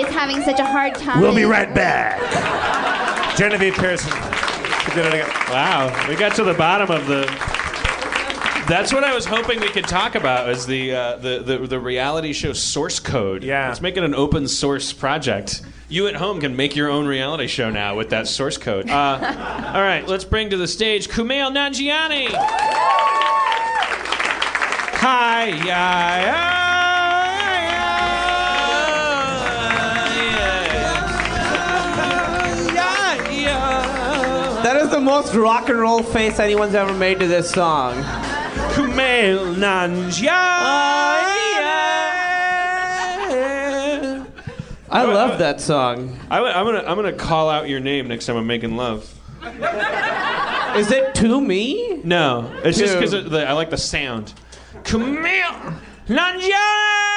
is having such a hard time.
We'll be right back. Genevieve Pearson. She did it again.
Wow, we got to the bottom of the. That's what I was hoping we could talk about is the uh, the, the the reality show source code.
Yeah.
let's make it an open source project. You at home can make your own reality show now with that source *laughs* code. Uh, all right, let's bring to the stage Kumail Nanjiani. Hi, yeah, yeah, yeah, yeah.
That is the most rock and roll face anyone's ever made to this song.
Kumail Nanjiani.
I love that song.
I, am gonna I'm gonna call out your name next time I'm making love.
Is it to me?
No, it's just
Dude.
because I like the sound. Kumail Nanjiani.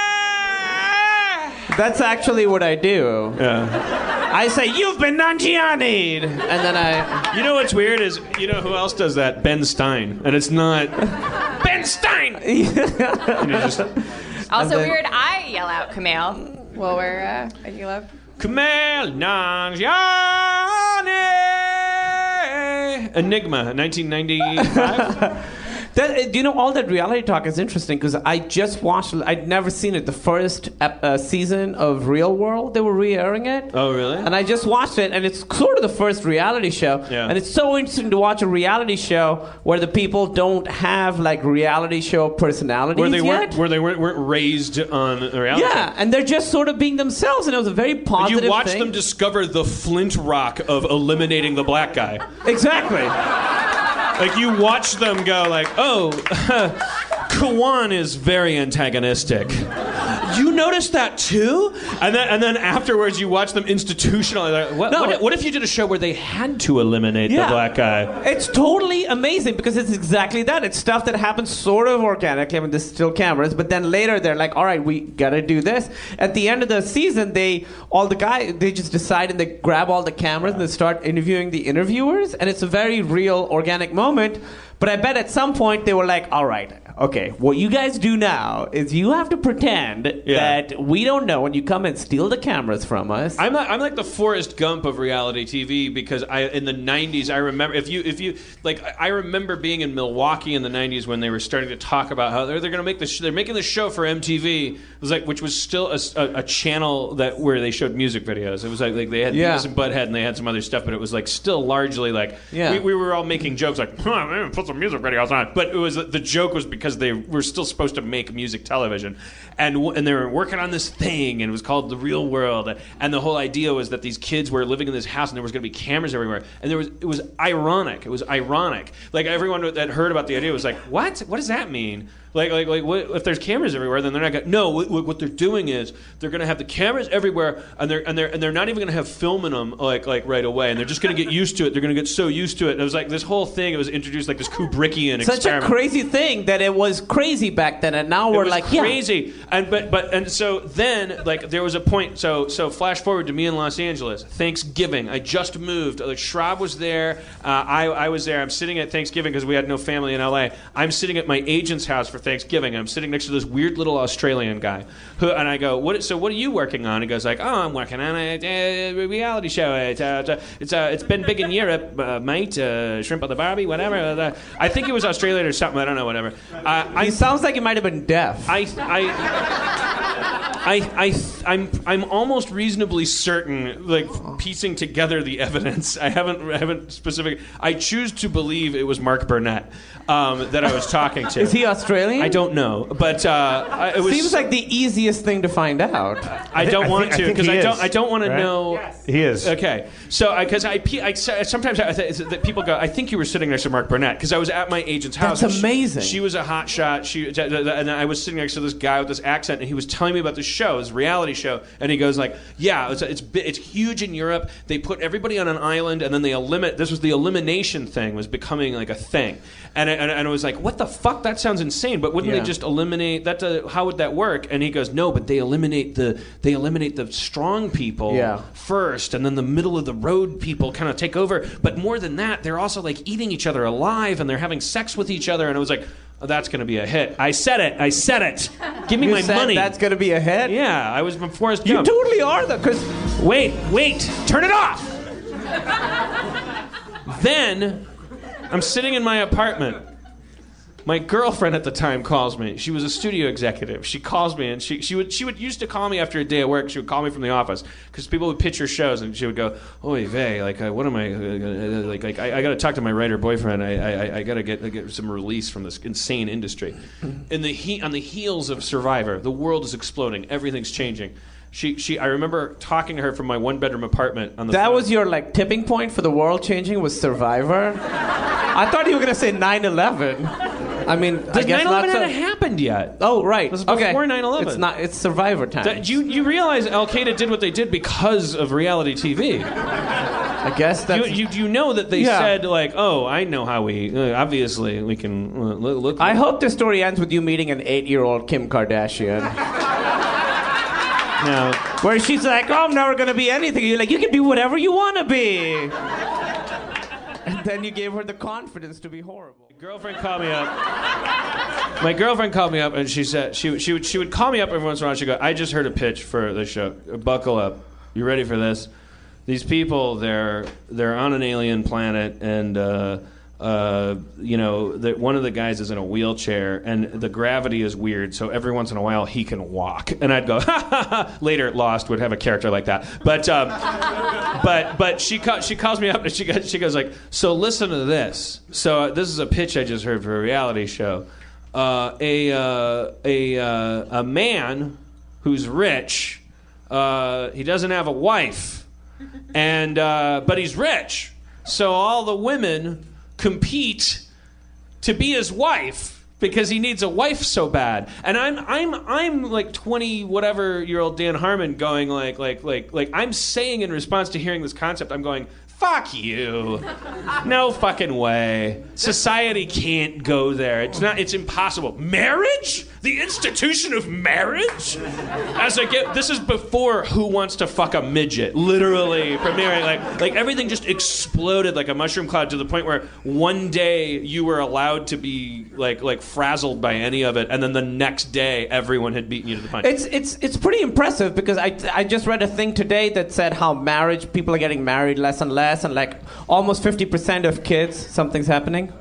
That's actually what I do.
Yeah.
I say, You've been Nanjiani'd! And then I.
You know what's weird is you know who else does that? Ben Stein, and it's not Ben Stein. And you just,
Also
then-
weird. I yell out Camille while we're uh, at you love.
Kumail Nanjiani. Enigma,
*laughs*
1995.
That, uh, you know, all that reality talk is interesting because I just watched, I'd never seen it, the first ep- uh, season of Real World. They were re airing it.
Oh, really?
And I just watched it, and it's sort of the first reality show.
Yeah.
And it's so interesting to watch a reality show where the people don't have, like, reality show personalities.
where they
yet.
weren't where they weren't, weren't raised on the reality.
Yeah, and they're just sort of being themselves, and it was a very
And
positive.
you watch
thing.
them discover the flint rock of eliminating the black guy.
exactly.
Like you watch them go like, "Oh, *laughs* Kawan is very antagonistic." You notice that too? And then and then afterwards you watch them institutionally like, what,
No.
what, if- what if you did a show where they had to eliminate
Yeah.
the black guy?
It's totally amazing because it's exactly that. It's stuff that happens sort of organically. I mean, there's still cameras, but then later they're like, "All right, we gotta do this." At the end of the season, they all the guy they just decide and they grab all the cameras and they start interviewing the interviewers, and it's a very real organic moment. But I bet at some point they were like, all right, okay, what you guys do now is you have to pretend
Yeah.
that we don't know and you come and steal the cameras from us.
I'm like, I'm like the Forrest Gump of reality TV because I in the 90s I remember if you if you like I- I remember being in Milwaukee in the 90s when they were starting to talk about how they're, they're going to make the sh- they're making the show for MTV it was like which was still a, s- a- a channel that where they showed music videos it was like, like they had
Yeah.
Beavis and Butthead and they had some other stuff but it was like still largely like
Yeah.
we, we were all making jokes like huh, I'm gonna put some music videos on but it was the joke was because they were still supposed to make music television and w- and they were working on this thing and it was called the real world and the whole idea was that these kids were living in this house and there was going to be cameras everywhere and there was it was ironic it was ironic like everyone that heard about the idea was like what what does that mean like, like, like what, if there's cameras everywhere, then they're not going. to... No, what, what they're doing is they're going to have the cameras everywhere, and they're and they're and they're not even going to have film in them like like right away, and they're just going to get used to it. They're going to get so used to it. And it was like this whole thing. It was introduced like this Kubrickian
Such
experiment.
a crazy thing that it was crazy back then, and now
It
we're
was
like, yeah.
crazy. And but but and so then like there was a point. So so flash forward to me in Los Angeles, Thanksgiving. I just moved. Like Shrob was there. Uh, I I was there. I'm sitting at Thanksgiving because we had no family in LA. I'm sitting at my agent's house for Thanksgiving. and I'm sitting next to this weird little Australian guy. Who and I go, what? So what are you working on? He goes like, oh, I'm working on a, uh reality show. It's uh, it's, uh, it's, uh, it's been big in Europe, uh, mate. Uh, shrimp on the Barbie, whatever. Uh, I think he was Australian or something. I don't know. Whatever. Uh,
He
I'm
sounds like he might have been deaf.
I, I, I, I, I'm, I'm almost reasonably certain, like piecing together the evidence. I haven't, I haven't specific. I choose to believe it was Mark Burnett um, that I was talking to.
Is he Australian?
I don't know, but uh, I, it was.
Seems like the easiest thing to find out.
I don't
I
want
think- I
to
think
because
he
I,
is,
don't. I don't want
right?
to know.
He is.
Okay, so because I, pe- I so- sometimes I, th- that people go, I think you were sitting next to Mark Burnett because I was at my agent's house. and
That's
she-
amazing.
She, was a hot shot. She th- th- th- and I was sitting next to this guy with this accent, and he was telling me about this show, this reality show, and he goes like, Yeah, it's it's, bi- it's huge in Europe. They put everybody on an island, and then they eliminate. This was the elimination thing was becoming like a thing, and I, and, I- and I was like, What the fuck? That sounds insane. But wouldn't
Yeah.
they just eliminate that? uh, how would that work? And he goes, No, but they eliminate the they eliminate the strong people
Yeah.
first, and then the middle of the road people kind of take over. But more than that, they're also like eating each other alive and they're having sex with each other. And I was like, oh, that's going to be a hit. I said it. I said it. Give me
You
my
said
money.
That's gonna be a hit.
yeah, I was from Forrest
You
Gump.
totally are though, because
Wait, wait, turn it off. then I'm sitting in my apartment. My girlfriend at the time calls me. She was a studio executive. She calls me and she, she would she would used to call me after a day at work. She would call me from the office because people would pitch her shows and she would go, "Oy vey, like uh, what am I uh, uh, like like I, I got to talk to my writer boyfriend. I I- I, I got to get get some release from this insane industry." In the he, on the heels of Survivor, the world is exploding. Everything's changing. She she I remember talking to her from my one bedroom apartment on the
that
phone.
was your like tipping point for the world changing was Survivor. I thought you were gonna say 9/11. I mean, I
Does
guess
9/11
not.
hadn't
so-
happened yet.
Oh right.
was
okay.
before 9/11.
It's not. It's Survivor time.
That- you, you realize Al Qaeda did what they did because of reality TV.
I guess
You,
that's.
you, you know that they
Yeah.
said, like, oh, I know how we, uh, obviously, we can uh, look. look
I hope the story ends with you meeting an eight-year-old Kim Kardashian,
now.
where she's like, "Oh, I'm never gonna be anything." You're like, "You can be whatever you wanna be." And then you gave her the confidence to be horrible.
girlfriend called me up. My girlfriend called me up and she said, she, she, would, she would call me up every once in a while. She'd go, I just heard a pitch for the show. Buckle up. You ready for this? These people, they're, they're on an alien planet and, uh, uh, you know, that one of the guys is in a wheelchair and the gravity is weird. So every once in a while he can walk. And I'd go, *laughs* ha ha ha. Later, Lost would have a character like that. But, um, but but she ca- she calls me up and she goes, she goes like, so listen to this. So uh, this is a pitch I just heard for a reality show. Uh, a uh, a uh, a man who's rich. Uh, he doesn't have a wife, and uh, but he's rich. So all the women compete to be his wife because he needs a wife so bad. And I'm I'm I'm like 20 whatever year old Dan Harmon going like like like like I'm saying in response to hearing this concept I'm going Fuck you. No fucking way. Society can't go there. It's not it's impossible. Marriage? The institution of marriage? As I get this is before who wants to fuck a midget. Literally premiering like like everything just exploded like a mushroom cloud to the point where one day you were allowed to be like like frazzled by any of it and then the next day everyone had beaten you to the punch.
It's it's it's pretty impressive because I I just read a thing today that said how marriage people are getting married less and less and like almost fifty percent of kids something's happening.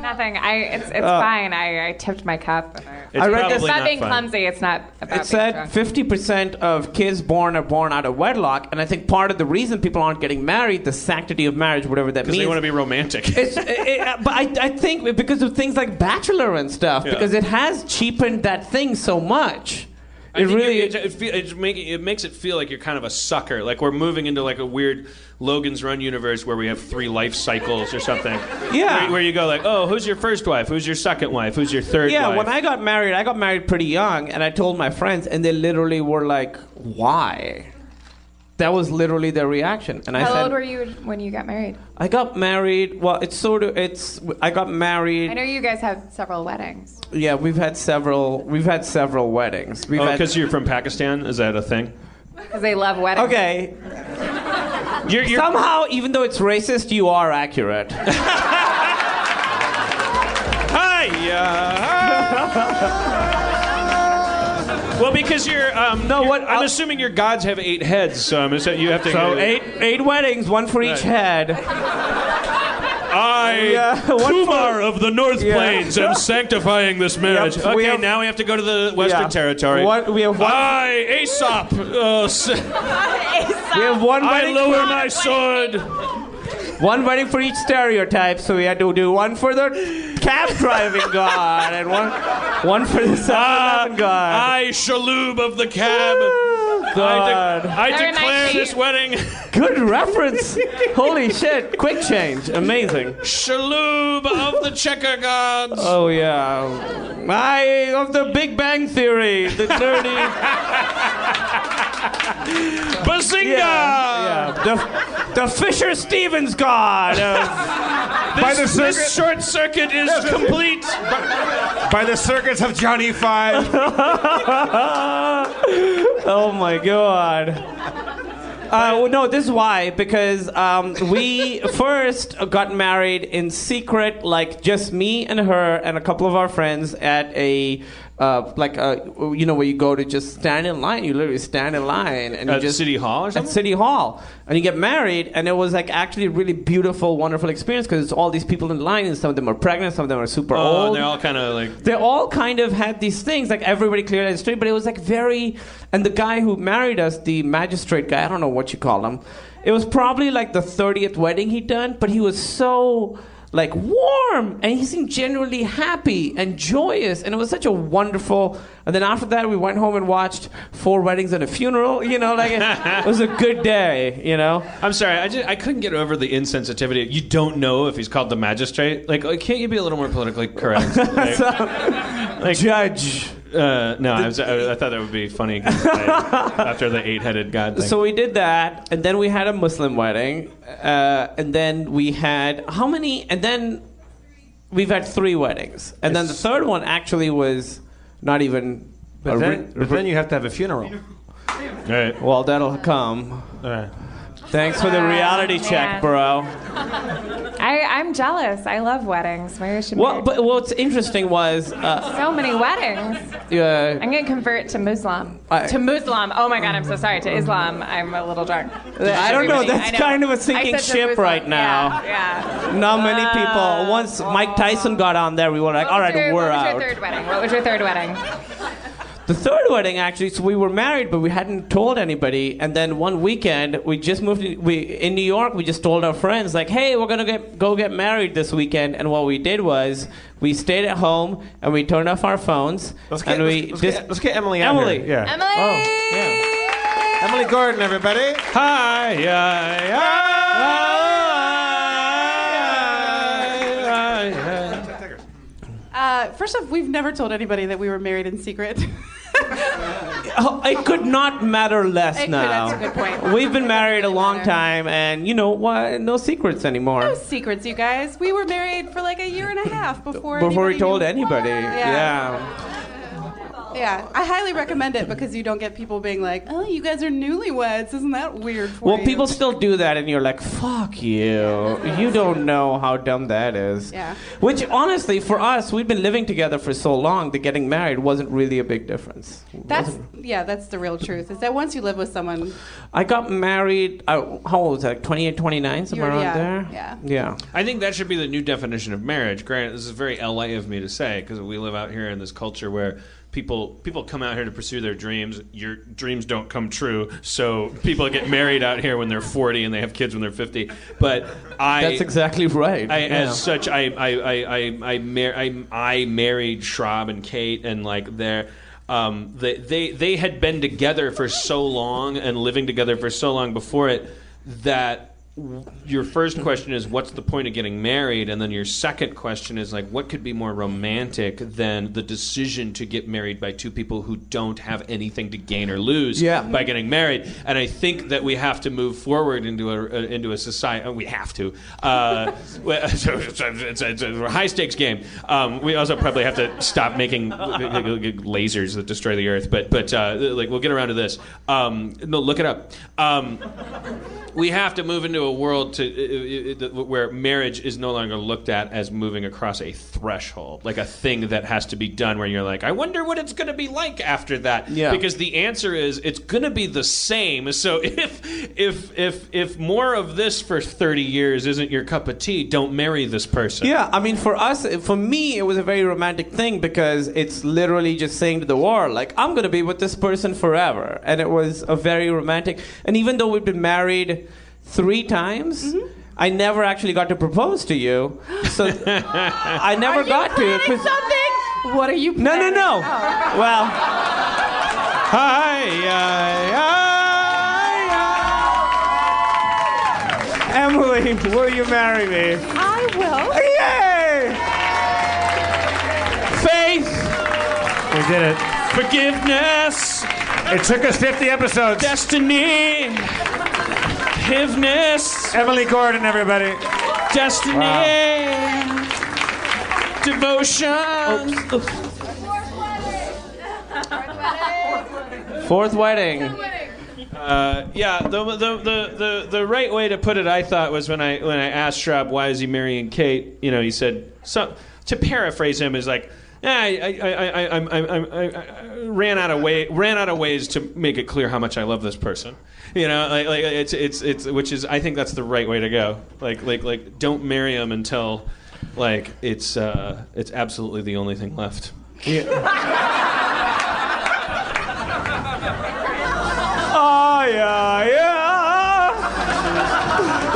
Nothing. I. It's it's
Uh,
fine. I, I tipped my cup.
It's
I read this-
It's
probably
not being
fun.
clumsy. It's not about
It
being
said
drunk.
fifty percent of kids born are born out of wedlock, and I think part of the reason people aren't getting married, the sanctity of marriage, whatever that
Because
means.
they want to be romantic.
it's, it, it- but I, I think because of things like Bachelor and stuff,
Yeah.
because it has cheapened that thing so much.
I
It
think
really
it, it, feel- it's making- it makes it feel like you're kind of a sucker. Like we're moving into like a weird Logan's Run universe where we have three life cycles or something.
Yeah.
where, where you go like, oh, who's your first wife? Who's your second wife? Who's your third?
Yeah,
wife?
when I got married, I got married pretty young, and I told my friends, and they literally were like, "Why?" That was literally their reaction, and I
How
said,
old were you when you got married?
"I got married. Well, it's sort of it's. I got married.
I know you guys have several weddings.
yeah, we've had several. We've had several weddings. We've
oh,
had,
because you're from Pakistan. Is that a thing?
Because they love weddings. *laughs*
okay.
You're, you're,
Somehow, even though it's racist, you are accurate. *laughs*
well, because you're. Um, no,
what-
I'm
I'll-
assuming your gods have eight heads, so I'm assu- you have to.
so eight eight weddings, one for each head.
I,
*laughs* Yeah, one
Kumar of the North
Yeah.
Plains,
*laughs*
am sanctifying this marriage.
Yep,
okay,
we have-
now we have to go to the Western
Yeah.
Territory.
One- we have one-
I, Aesop. Uh,
*laughs*
s-
We have one
I
wedding,
lower my sword.
one wedding for each stereotype. So we had to do one for the cab driving *laughs* god, and one one for the
Ah,
7-Eleven god.
Uh, I Shaloob of the cab.
Oh,
ah, I, de-
God.
I
Very
declare
nice
this
feet.
wedding *laughs*
Good reference. Holy shit. Quick change. Amazing.
Shaloob of the checker gods.
Oh, yeah. I of the Big Bang Theory. The dirty.
*laughs*
Yeah.
Bazinga!
yeah. The, the Fisher Stevens God. Uh,
By the,
This,
circuit,
this short circuit
*laughs*
is complete.
by the circuits of Johnny Five.
*laughs* oh, my God. Uh, well, no, this is why because um,
*laughs*
we first got married in secret, like just me and her and a couple of our friends at a uh, like a, you know where you go to just stand in line. You literally stand in line and you
At
just
City Hall or
at
something?
City Hall, and you get married, and it was like actually a really beautiful, wonderful experience because it's all these people in line, and some of them are pregnant, some of them are super
Oh,
old
and they're all kind of like.
they all kind of had these things like everybody cleared out the street but it was like very and the guy who married us the magistrate guy i don't know what you call him it was probably like the 30th wedding he'd done but he was so like warm and he seemed genuinely happy and joyous and it was such a wonderful and then after that we went home and watched four weddings and a funeral you know like it, it was a good day you know *laughs*
I'm sorry, I, just, I couldn't get over the insensitivity. You don't know if he's called the magistrate. Like, like, can't you be a little more politically
*laughs*
correct? Like,
judge
uh, no, I, was, I, I thought that would be
*laughs*
funny 'cause I- after the eight-headed god thing.
So we did that, and then we had a Muslim wedding, uh, and then we had how many? And then we've had three weddings, and then the third one actually was not even. a re-
you have to have a funeral.
all right.
well, that'll come. Thanks for the reality
man.
check, bro.
I, I'm jealous. I love weddings. Maybe I should
Well,
well,
but what's interesting was, uh,
so many weddings.
uh,
I'm gonna convert to Muslim.
I-
to Muslim. Oh my God, I'm so sorry. To Islam. I'm a little drunk.
I don't know.
Everybody-
That's
I know.
kind of a
I
sinking
said to
ship
Muslim.
right now.
Yeah. yeah.
not many
Uh,
people. Once Mike Tyson got on there, we were like,
What
all
was
right,
your-
we're
What
out.
was your third wedding? What was your third wedding?
The third wedding, actually, so we were married, but we hadn't told anybody. And then one weekend, we just moved. In, we in New York, we just told our friends, like, "Hey, we're gonna get, go get married this weekend." And what we did was, we stayed at home and we turned off our phones and we just
Emily.
out Emily. here.
Yeah.
Emily.
Oh.
Emily Gordon, everybody.
Hi,
*laughs* Uh, first off, we've never told anybody that we were married in secret.
oh, it could not matter less
It could-
now.
that's a good point.
We've been married a
really
long
matter.
time, and you know what? No secrets anymore.
No secrets, you guys. We were married for like a year and a half before
Before we
anybody
told
knew-
anybody.
Yeah.
yeah.
Yeah, I highly recommend it because you don't get people being like, "Oh, you guys are newlyweds, isn't that weird?" For
Well,
you?"
people still do that, and you're like, fuck you. You don't know how dumb that is.
Yeah.
Which, honestly, for us, we've been living together for so long that getting married wasn't really a big difference.
That's yeah, that's the real truth. Is that once you live with someone,
I got married, uh, how old was I? 28, 29, somewhere
You're-
around
yeah,
there?
yeah.
Yeah.
I think that should be the new definition of marriage. Granted, this is very LA of me to say because we live out here in this culture where people people come out here to pursue their dreams. Your dreams don't come true, so people get married out here when they're 40 and they have kids when they're 50. But I
That's exactly right.
I,
Yeah.
As such, I I I I I, mar- I, I married Shrob and Kate, and like their um, they, they they had been together for so long and living together for so long before it that w- your first question is what's the point of getting married and then your second question is like what could be more romantic than the decision to get married by two people who don't have anything to gain or lose
Yeah.
by getting married. And I think that we have to move forward into a uh, into a society. We have to. Uh, *laughs* well, so it's, a- it's, a- it's a high stakes game. Um, we also probably have to stop making *laughs* lasers that destroy the earth. But but uh, like we'll get around to this. Um, no, look it up. Um, we have to move into a world to uh, uh, uh, where marriage is no longer looked at as moving across a threshold, like a thing that has to be done. Where you're like, I wonder what it's going to be like after that.
Yeah.
Because the answer is it's going to be the same. *laughs* So if if if if more of this for 30 years isn't your cup of tea, don't marry this person.
*laughs* Yeah, I mean, for us, for me, it was a very romantic thing because it's literally just saying to the world, like, I'm going to be with this person forever. And it was a very romantic. And even though we've been married three times,
Mm-hmm.
I never actually got to propose to you.
*gasps*
So I never
Are you
got to.
planning
'cause-
something? Oh. What are you?
No, no,
planning?
no. Well,
Hi, hi, hi, hi.
Emily, will you marry me?
I will.
Yay! Faith!
We did it.
Forgiveness,
It took us 50 episodes.
destiny, forgiveness.
Emily Gordon, everybody.
Destiny. Devotion.
Fourth wedding.
Uh, yeah, the, the, the, the, the right way to put it, I thought, was when I when I asked Shrub why is he marrying Kate. You know, he said so. To paraphrase him, is like. "Yeah, I, I, I, I, I, I, I, I- I ran out of way ran out of ways to make it clear how much I love this person, you know. Like, like it's it's it's which is I think that's the right way to go. Like like like don't marry him until, like it's uh, it's absolutely the only thing left.
Oh, yeah, yeah.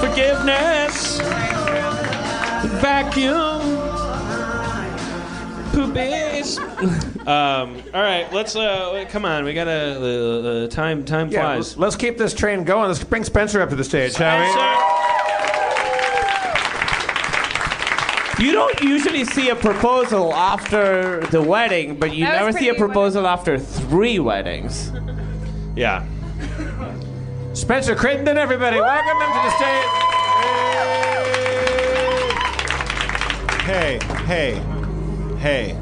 Forgiveness. Vacuum. Poopies. um, all right, let's. Uh, come on, we gotta. Uh, uh, time time
Yeah,
flies.
let's- let's keep this train going. Let's bring Spencer up to the stage, shall we?
You don't usually see a proposal after the wedding, but you
That was
never see a
pretty wonderful.
proposal after three weddings.
Yeah.
Spencer Crittenden, everybody, welcome them to the stage.
Hey, hey, hey.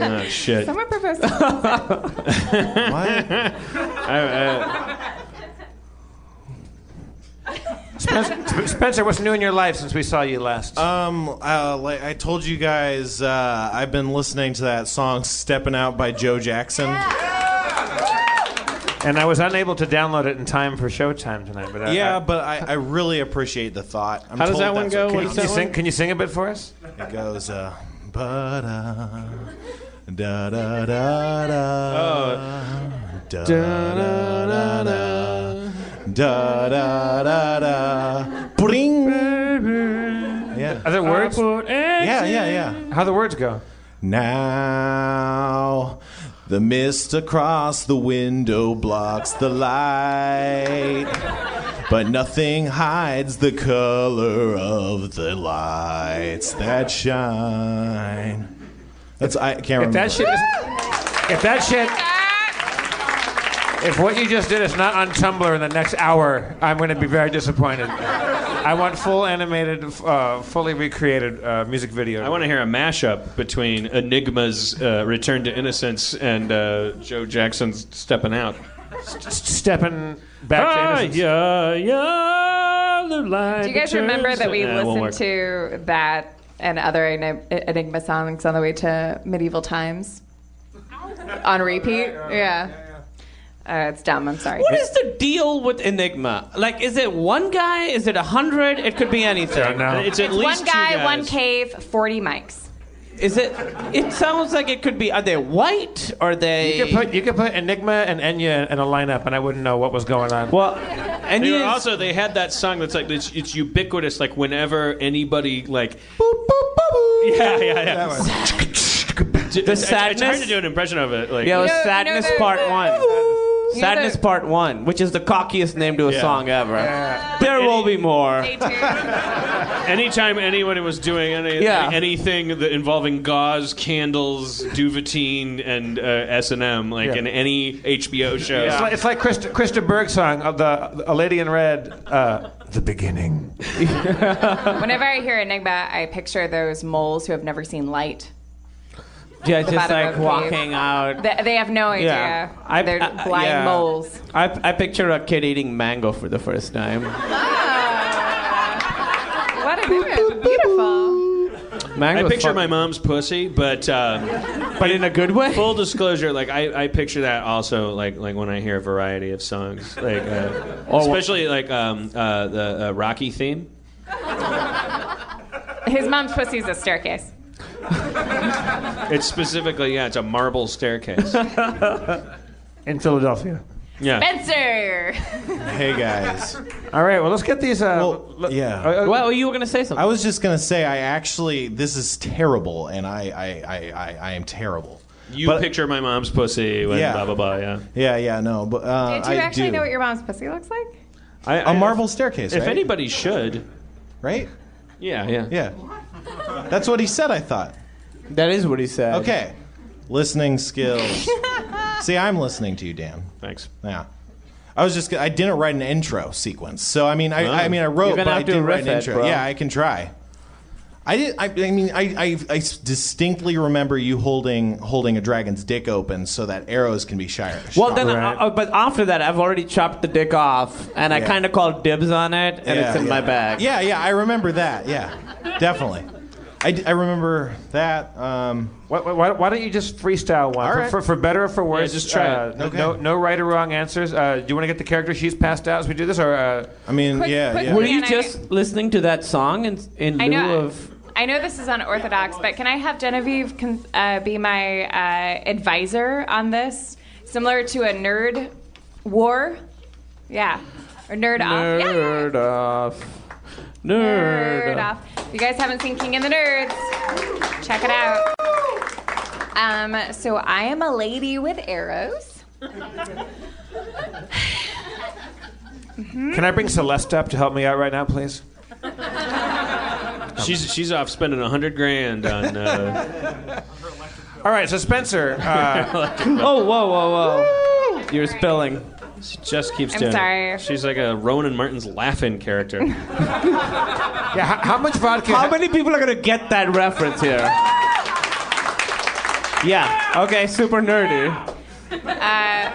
Oh shit.
Someone
*laughs*
proposed. to me.
What?
Spencer, Spencer, what's new in your life since we saw you last?
um, uh, like I told you guys, uh, I've been listening to that song "Stepping Out" by Joe Jackson.
and I was unable to download it in time for showtime tonight. But I,
Yeah,
I-
but I, I really appreciate the thought. I'm
How does
told
that one
that's
go?
okay.
What is
can, you sing, can you sing a bit for us?
It goes, uh, ba-da, da da da
uh,
da, da da da da, da da da da, bring.
Are
Yeah,
there words?
yeah, yeah, yeah.
How the words go?
Now the mist across the window blocks the light, but nothing hides the color of the lights that shine. That's I can't
If
remember.
that shit, is, if that shit, if what you just did is not on Tumblr in the next hour, I'm going to be very disappointed. I want full animated, uh, fully recreated uh, music video.
I want to hear a mashup between Enigma's uh, Return to Innocence and uh, Joe Jackson's Stepping Out.
stepping back to innocence.
yeah, yeah, the light
Do you guys
that
remember
turns-
that we
Nah, it won't
listened
work.
to that and other Eni- Enigma songs on the way to medieval times? On repeat? Yeah. Uh, it's dumb. I'm sorry.
What is the deal with Enigma? Like, is it one guy? Is it a hundred? It could be anything.
Don't know.
It's at least
one guy,
two guys.
one cave, 40 mics.
Is it? It sounds like it could be. Are they white? Are they?
You could put you could put Enigma and Enya in a lineup, and I wouldn't know what was going on.
well, and
They
you
were also they had that song that's like it's, it's ubiquitous. Like whenever anybody like *laughs* yeah yeah yeah. *laughs* the it's, It's hard
sadness?
to do an impression of it. Like
Yeah, it was
You know- you know
Sadness
the-
Part One.
the-
Sadness Part One, which is the cockiest name to a
Yeah.
song ever. There will be more.
anytime anyone was doing any,
Yeah.
anything that involving gauze, candles, duvetine, and uh, S and M, like
Yeah.
in any HBO show.
It's like, it's like Krista, Krista Berg's song of the A Lady in Red, uh, the beginning.
Whenever I hear Enigma, I picture those moles who have never seen light.
Yeah, just
bottom
like
of the
walking
cave.
out.
They, they have no idea.
Yeah. I-
They're
I-
blind
yeah.
moles.
I, I picture a kid eating mango for the first time.
Ah. What an image. Beautiful.
Mango.
I picture my mom's pussy, but um,
but in a good way.
full disclosure, like I, I picture that also, like like when I hear a variety of songs, like
*laughs* Oh,
uh, especially like um, uh, the uh, Rocky theme.
His mom's pussy's a staircase.
It's specifically yeah, it's a marble
*laughs*
staircase.
In Philadelphia.
Yeah,
Spencer!
hey guys.
All right, well, let's get these. Uh,
Well,
le-
yeah.
uh, uh,
Well, you were gonna say
I
something.
was just gonna say I actually this is terrible and I I I, I, I am terrible.
you
But-
picture my mom's pussy when
Yeah.
blah blah blah. Yeah,
Yeah, yeah, no, but uh,
Do you
I
actually
do.
know what your mom's pussy looks like?
I,
a marble staircase,
If
right?
anybody should,
right?
yeah, yeah,
Yeah. That's what he said. I thought.
that is what he said.
Okay.
*laughs*
Listening skills. See, I'm listening to you, Dan.
Thanks.
Yeah. I was just I didn't write an intro sequence. So I mean I, I mean I
You're
wrote
gonna
but I
have to
didn't write
riff
an
it,
intro.
bro.
Yeah, I can try. I did I, I mean I, I I s- distinctly remember you holding holding a dragon's dick open so that arrows can be shire.
Well, then,
Right.
I, I- but after that, I've already chopped the dick off, and I
Yeah.
kind of called dibs on it, and
Yeah,
it's in
yeah.
my bag.
Yeah, yeah, I remember that. Yeah. Definitely. I, d- I remember that um,
why, why, why don't you just freestyle one?
All
For-
right.
for, for, better or for worse.
just try
uh,
it.
no-
Okay.
No, no right or wrong answers. Uh, do you want to get the character sheets passed out as we do this? Or uh,
I mean,
Quick-
yeah,
quick
yeah.
Were you
Can I-
just listening to that song in, in
I
lieu
know.
of?
I know this is unorthodox, but can I have Genevieve con- uh, be my uh, advisor on this? Similar to a nerd war, yeah, or nerd, off. Yeah, yeah,
Nerd off.
yeah.
Nerd,
Nerd off. If you guys haven't seen King and the Nerds, check it out. Um, so I am a lady with arrows.
can I bring Celeste up to help me out right now, please?
She's she's off spending a hundred grand on.
*laughs*
Uh,
All right, so Spencer, uh,
Oh, whoa, whoa, whoa. You're spilling.
she just keeps
I'm
doing. it.
sorry.
She's like a Ronan Martin's laughing character.
yeah, how, how much vodka?
How many people are going to get that reference here? Yeah. Okay, super nerdy.
Fun
right.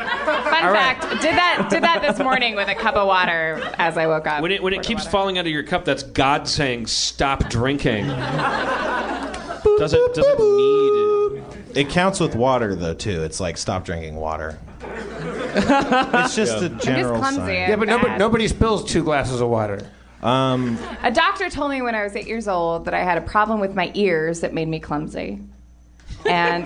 fact: did that did that this morning with a cup of water as I woke up.
When it when it keeps falling out of your cup, that's God saying stop drinking. doesn't doesn't need it.
It counts with water though too. It's like stop drinking water. it's just a
I'm just
general
clumsy.
sign.
yeah, but nobody,
Bad.
nobody spills two glasses of water.
Um,
A doctor told me when I was eight years old that I had a problem with my ears that made me clumsy. And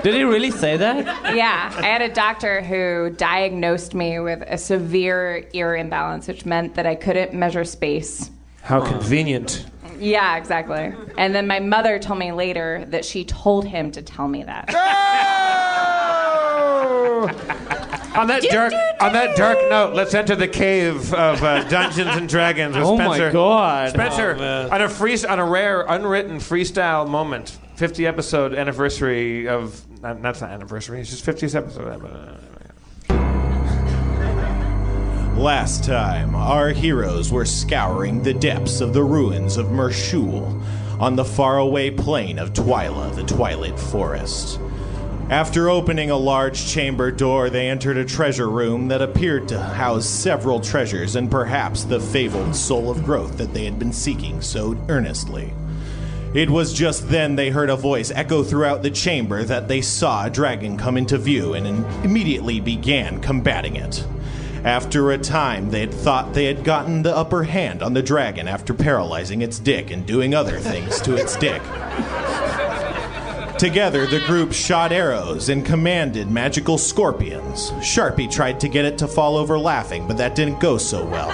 *laughs*
Did he really say that?
yeah, I had a doctor who diagnosed me with a severe ear imbalance, which meant that I couldn't measure space.
How convenient.
Yeah, exactly. And then my mother told me later that
Oh!
she told him to tell me that.
on that dark on that dark note, let's enter the cave of
*laughs*
uh, Dungeons and Dragons with
Oh my
Spencer.
God.
Oh,
Spencer on a free on a rare unwritten freestyle moment, 50 episode anniversary of not, that's not anniversary, it's just 50th episode.
Last time, our heroes were scouring the depths of the ruins of Mershul on the faraway plain of Twyla, the Twilight Forest. After opening a large chamber door, they entered a treasure room that appeared to house several treasures and perhaps the fabled soul of growth that they had been seeking so earnestly. It was just then they heard a voice echo throughout the chamber that they saw a dragon come into view and im- immediately began combating it. After a time, they had thought they had gotten the upper hand on the dragon after paralyzing its dick and doing other things to its dick. Together, the group shot arrows and commanded magical scorpions. Sharpie tried to get it to fall over laughing, but that didn't go so well.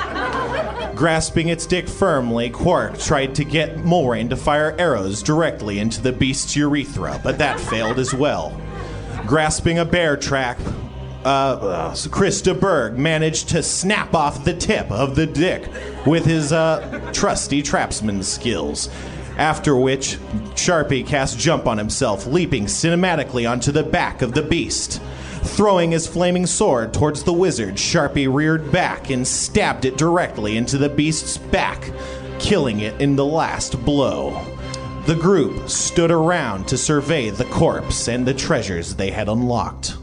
Grasping its dick firmly, Quark tried to get Mulrain to fire arrows directly into the beast's urethra, but that failed as well. Grasping a bear trap, uh, uh, Krista Berg managed to snap off the tip of the dick with his uh, trusty trapsman skills. After which, Sharpie cast jump on himself, leaping cinematically onto the back of the beast. Throwing his flaming sword towards the wizard, Sharpie reared back and stabbed it directly into the beast's back, killing it in the last blow. The group stood around to survey the corpse and the treasures they had unlocked.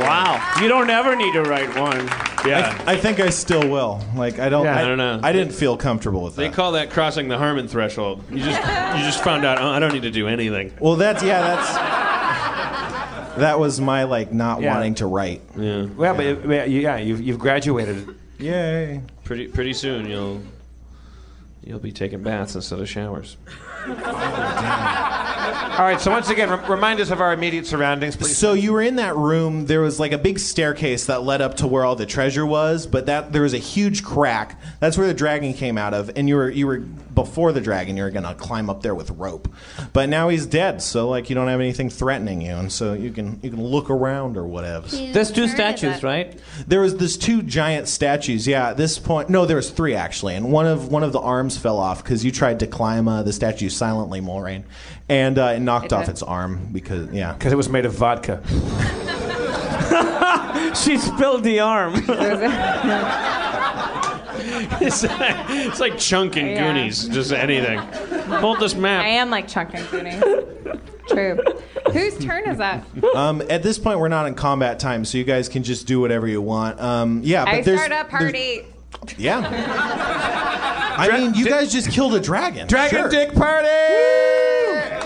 Wow. You don't ever need to write one.
Yeah.
I think I still will. Like I don't.
Yeah,
I,
I don't know.
I didn't feel comfortable with
They
that.
call that crossing the Harmon threshold. You just you just found out. Oh, I don't need to do anything.
well, that's yeah. That's that was my like not
Yeah.
wanting to write.
Well, yeah. but but, yeah, you've, you've graduated.
Yay.
Pretty pretty soon you'll you'll be taking baths instead of *laughs* showers.
All right, so once again, re- remind us of our immediate surroundings, please.
So you were in that room. There was like a big staircase that led up to where all the treasure was, but that there was a huge crack. That's where the dragon came out of, and you were you were before the dragon. You were gonna climb up there with rope, but now he's dead. So like you don't have anything threatening you, and so you can you can look around or whatever.
There's two statues, right?
There was this two giant statues. Yeah, at this point, no, there was three actually, and one of one of the arms fell off because you tried to climb uh, the statue silently, Mulrain, and uh, it knocked off
did.
its arm because yeah.
Because it was made of vodka.
She spilled the arm.
It's like, it's like Chunk and
Yeah.
Goonies, just anything. Hold this
I
map.
am like Chuck and
*laughs*
Cooney. True. Whose turn is that?
Um, at this point, we're not in combat time, so you guys can just do whatever you want. Um, yeah, but
I
there's
start a party.
there's- *laughs* yeah. I mean, you guys just killed a dragon.
*laughs* Dragon
sure.
Dick Party!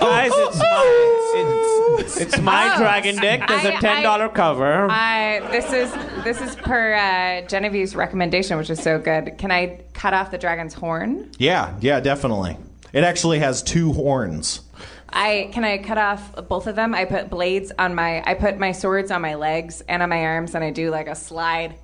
Guys, it's my, it's, it's my dragon dick. There's a
Oh, I- I-
ten dollar cover.
I this is this is per uh, Genevieve's recommendation, which is so good. Can I cut off the dragon's horn?
Yeah, yeah, definitely. It actually has two horns.
I can I cut off both of them. I put blades on my I put my swords on my legs and on my arms, and I do like a slide.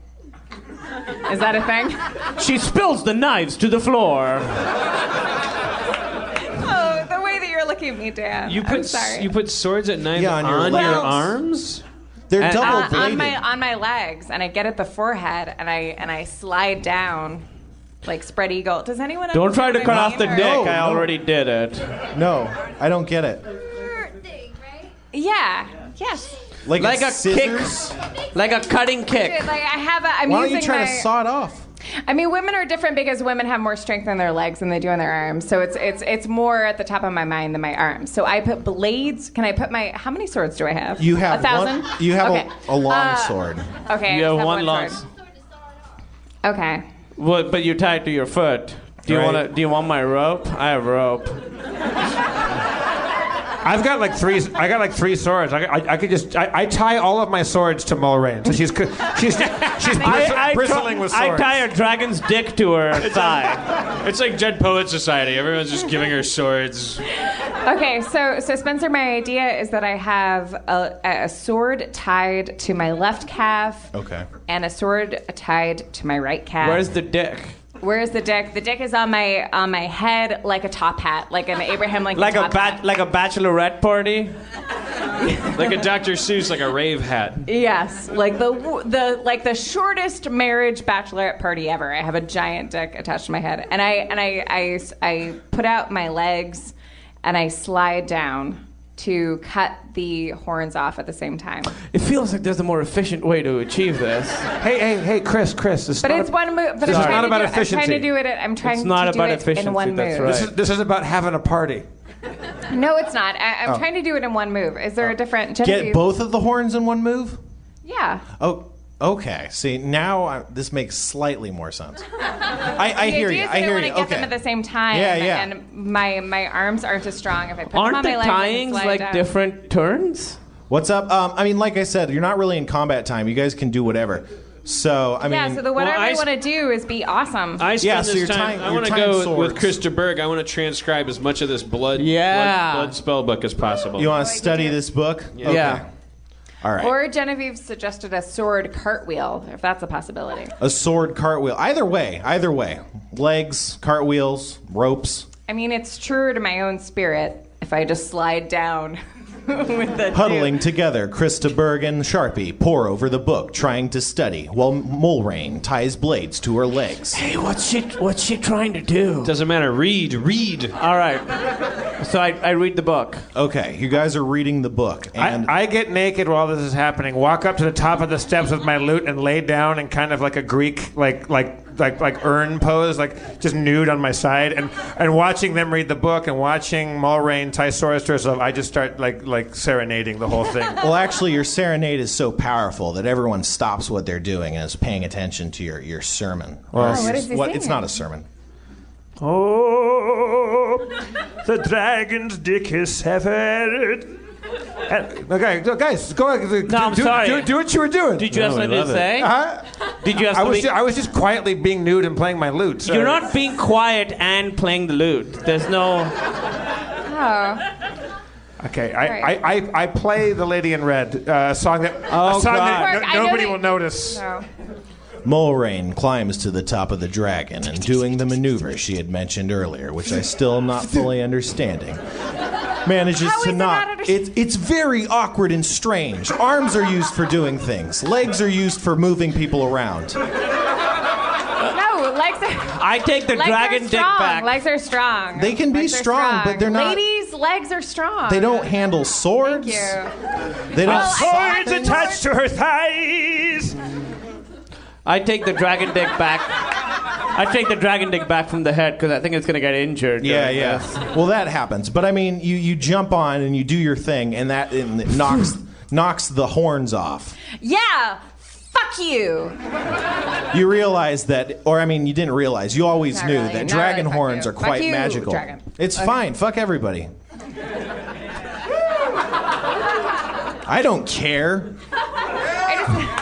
Is that a thing?
she spills the knives to the floor.
Oh, the way that you're looking at me, Dan.
You put
I'm
s-
sorry.
you put swords at knives
Yeah,
on,
on your
your,
legs.
arms.
They're
And-
double
uh,
bladed.
on my on my legs, and I get at the forehead, and I and I slide down, like spread eagle. Does anyone?
Don't try to cut
understand
off the
what I mean,
dick.
or-
I already did it.
no, I don't get it.
Yeah. Yes.
Like,
Like a
scissors?
Like a cutting kick.
Dude, like I have a. I'm
Why don't
using
you try
my,
to saw it off?
I mean, women are different because women have more strength in their legs than they do in their arms. So it's it's it's more at the top of my mind than my arms. So I put blades. Can I put my? How many swords do I have?
You have
a thousand.
One, you have
okay.
a, a long
Uh,
sword.
Okay. I
You have
just
one long.
sword. Okay.
Well, but you're tied to your foot. Do you
Right.
want to? Do you want my rope? I have rope.
I've got like three. I got like three swords. I, I, I could just. I, I tie all of my swords to Mulrain, so she's co-
*laughs*
she's she's bristle,
I, I,
bristling
tr-
with
I
swords.
tie a dragon's dick to
*laughs*
her thigh.
It's like Dead Poet Society. Everyone's just giving her swords.
Okay, so so Spencer, my idea is that I have a, a sword tied to my left calf
Okay.
and a sword tied to my right calf.
Where's the dick?
Where is the dick? The dick is on my on my head like a top hat, like an Abraham Lincoln.
Like a
top hat.
bat, like a bachelorette party.
Like a Dr. Seuss, like a rave hat.
Yes, like the the like the shortest marriage bachelorette party ever. I have a giant dick attached to my head, and I and I I, I put out my legs, and I slide down to cut the horns off at the same time.
It feels like there's a more efficient way to achieve this.
Hey, hey, hey, Chris, Chris. This is
But
not
it's
a-
one move. But
This
I'm
is
trying
not
to
about
do, I'm
efficiency.
trying to do it. I'm trying
It's not
to do
about
it
efficiency,
in one
that's
move.
right.
This is, this is about having a party.
No, it's not. I, I'm trying to do it in one move. Is there a different? Genevieve?
Oh. Get both of the horns in one move?
Yeah.
Oh, okay. See, now I, this makes slightly more sense. I, I
The
hear
idea
you.
is
I
that
hear
want
you.
to get
okay.
them at the same time.
Yeah, yeah.
And my my arms aren't as strong if I put them
Aren't
on
the
my legs.
tyings
and slide
like
down.
different turns?
What's up? Um, I mean, like I said, you're not really in combat time. You guys can do whatever. So, I
Yeah.
mean,
So the whatever
I
I,
s-
want to do is be awesome.
I spend
Yeah, so
this
you're
time.
tying-
I
you're
want to
tying
go
swords.
with Chris de Berg. I want to transcribe as much of this blood,
Yeah.
blood, blood spell book as possible.
you want to study this book? Yeah.
Yeah.
All right.
or Genevieve suggested a sword cartwheel, if that's a possibility.
a sword cartwheel. Either way, either way. Legs, cartwheels, ropes.
I mean, it's truer to my own spirit if I just slide down *laughs* with the
Huddling together, Krista Berg and Sharpie pore over the book, trying to study, while Mulrain ties blades to her legs.
Hey, what's she? What's she trying to do?
Doesn't matter. Read, read.
All right. So I, I read the book.
Okay, you guys are reading the book, and
I, I get naked while this is happening. Walk up to the top of the steps with my loot and lay down in kind of like a Greek, like like like like urn pose, like just nude on my side, and and watching them read the book and watching Mulrain tie swords to herself. I just start like like serenading the whole thing.
well, actually, your serenade is so powerful that everyone stops what they're doing and is paying attention to your your sermon. Or
Oh, what is he
It's
saying?
not a sermon.
Oh, the dragon's dick is severed. And, okay, so guys, go ahead. Do,
No, I'm
do,
sorry.
Do, do what you were doing.
Did you have
No, I
something to
love it.
say?
Huh?
Did you have
I was,
something?
ju- I was just quietly being nude and playing my lute. so-
You're not being quiet and playing the lute. There's no.
Oh,
Okay, I,
Right.
I, I, I play the Lady in Red uh, song that
Oh,
a song
God.
that
Mark,
no-
I know
nobody
that-
will notice.
no.
Mulrain climbs to the top of the dragon and doing the maneuver she had mentioned earlier, which I still am not fully understanding. Manages
How is
to
it
not.
not under-
it's it's very awkward and strange. Arms are used for doing things. Legs are used for moving people around.
No,
*laughs*
legs are.
I take the
Legs
dragon
are
dick
strong.
back.
Legs are strong.
They can be
Legs are
strong, but they're not-
Ladies, legs are strong.
They don't handle swords.
Thank you.
They don't.
Well, I-
Swords attached to her thighs.
I take the dragon dick back. I take the dragon dick back from the head because I think it's gonna get injured. Uh,
Yeah,
during
yeah.
this.
Well, that happens. But I mean, you, you jump on and you do your thing, and that and it knocks knocks the horns off.
Yeah. Fuck you.
You realize that, or I mean, you didn't realize. You always
Not
knew
really.
that
Not
dragon
really. Fuck
horns
you.
are
Fuck
quite
you,
magical.
dragon.
It's fine. Fuck everybody. I don't care.
I just.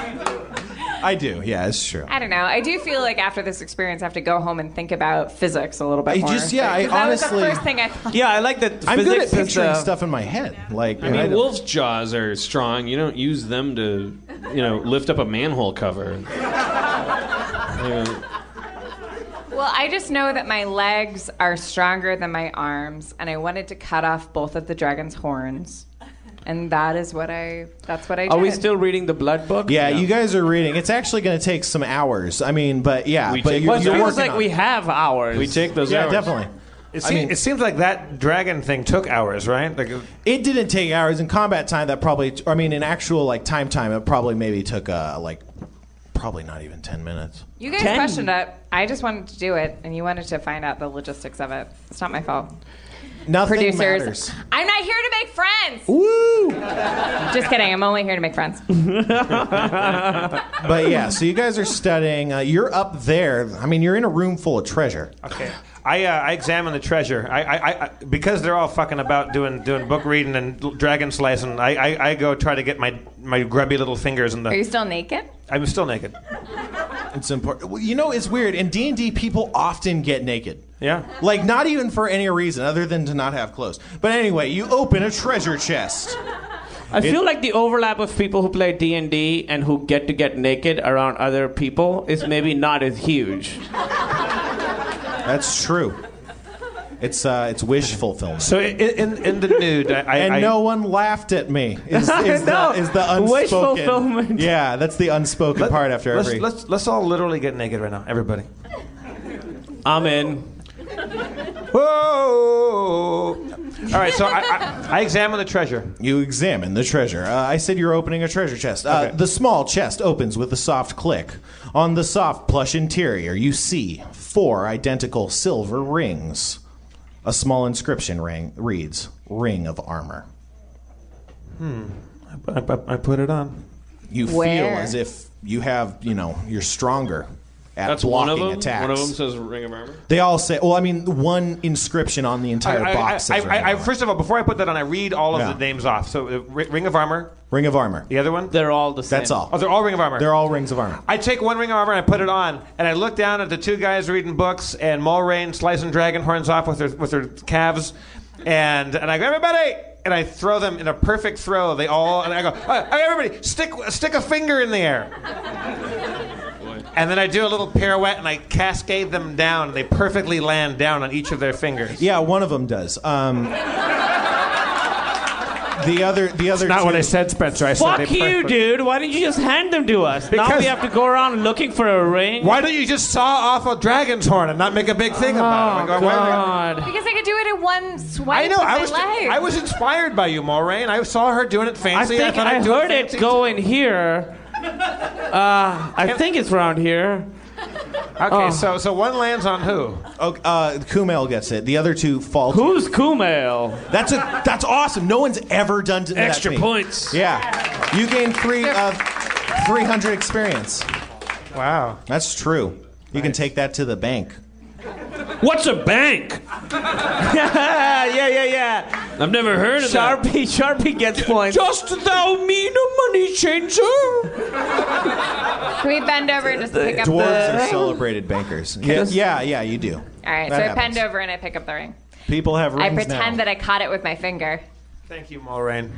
I do. Yeah, it's true.
I don't know. I do feel like after this experience, I have to go home and think about physics a little bit
I
more.
just- yeah, I
'Cause that was
honestly-
the first thing I thought.
Yeah, I like that.
I'm good at
physics is,
picturing
uh,
stuff in my head. Like,
I mean,
don't-
wolf's jaws are strong. You don't use them to, you know, lift up a manhole cover.
Well, I just know that my legs are stronger than my arms, and I wanted to cut off both of the dragon's horns, and that is what I. That's what I. Did.
Are we still reading the blood book?
yeah, you guys are reading. It's actually going to take some hours. I mean, but yeah,
We
but
take-
you're,
Well, it
Well,
you're
feels
working
like
on
we
it.
have hours.
We take those
Yeah,
hours.
definitely.
It, seem- it seems like that dragon thing took hours, right? Like,
It didn't take hours in combat time. That probably, I mean, in actual like time time, it probably maybe took uh, like probably not even ten minutes.
You guys
Ten.
questioned it. I just wanted to do it, and you wanted to find out the logistics of it. It's not my fault.
Nothing
Producers,
matters.
I'm not here to make friends.
Woo!
Just kidding. I'm only here to make friends.
But yeah, so you guys are studying. Uh, you're up there. I mean, you're in a room full of treasure.
okay, I, uh, I examine the treasure. I, I, I, I- because they're all fucking about doing doing book reading and l- dragon slicing. I, I, I go try to get my my grubby little fingers in
Are you
the.
still naked?
I'm still naked.
It's important. Well, you know, it's weird. In D and D, people often get naked.
Yeah.
Like not even for any reason other than to not have clothes. But anyway, you open a treasure chest.
I feel like the overlap of people who play D and D and who get to get naked around other people is maybe not as huge.
That's true. It's uh, it's wish fulfillment.
So i- in in, in the nude, I, I
and
I-
no one laughed at me. Is, is,
No.
the, is the unspoken
Wish fulfillment.
Yeah, that's the unspoken part after
let's,
every.
let's let's all literally get naked right now, everybody.
I'm in.
Whoa! All right, so I, I, I examine the treasure.
You examine the treasure. Uh, I said you're opening a treasure chest. Uh, The small chest opens with a soft click. On the soft plush interior, you see four identical silver rings. Uh, A small inscription ring reads "Ring of Armor."
I, I, I put it on.
You
Where?
feel as if you have, you know, you're stronger at
That's one
blocking
of them.
attacks.
One of them says Ring of Armor.
They all say, well, I mean, one inscription on the
I,
entire
I, I,
box.
I,
says
I- I-
Ring, of
first of all, before I put that on, I read all of
Yeah.
the names off. So uh, Ri- Ring of Armor,
Armor. Ring of Armor.
the other one.
They're all the same.
That's all.
oh, they're all Ring of Armor.
They're all rings of armor.
I take one ring of armor and I put it on, and I look down at the two guys reading books and Mulrain slicing dragon horns off with her with her calves, and and I go everybody, and I throw them in a perfect throw. They all and I go "Uh, hey, everybody stick stick a finger in the air, and then I do a little pirouette and I cascade them down. and They perfectly land down on each of their fingers.
Yeah, one of them does. Um, the other, the other. two,
said, Spencer. I
Fuck you, dude. Why didn't you just hand them to us? now
Because-
we have to go around looking for a ring.
Why don't you just saw off a dragon's horn and not make a big thing about it? I go, "Why-
Oh, God.
Because I could do it in one swipe
I know.
of my
I was
leg.
I was inspired by you, Moraine. I saw her doing it
I
fancy.
think
thought
I,
I'd do
heard
fancy
it go in here. Uh, I think it's around here.
too. Okay, so so one lands on who?
Oh, uh, Kumail gets it. The other two fall. to-
Who's Kumail?
That's a. That's awesome. No one's ever done to, that. to me.
points.
Yeah, you gain three uh, three hundred experience.
Wow.
That's true. You can take that to the bank.
What's a bank?
*laughs* yeah, yeah, yeah.
I've never heard of that.
Sharpie, Sharpie gets points.
Dost thou mean a money changer?
Can we bend over and just pick up the
Dwarves are
ring?
celebrated bankers. Yeah, yeah, yeah. You do.
All right,
That
so I
happens.
bend over and I pick up the ring.
People have rings
I pretend
now.
that I caught it with my finger.
Thank you, Moraine.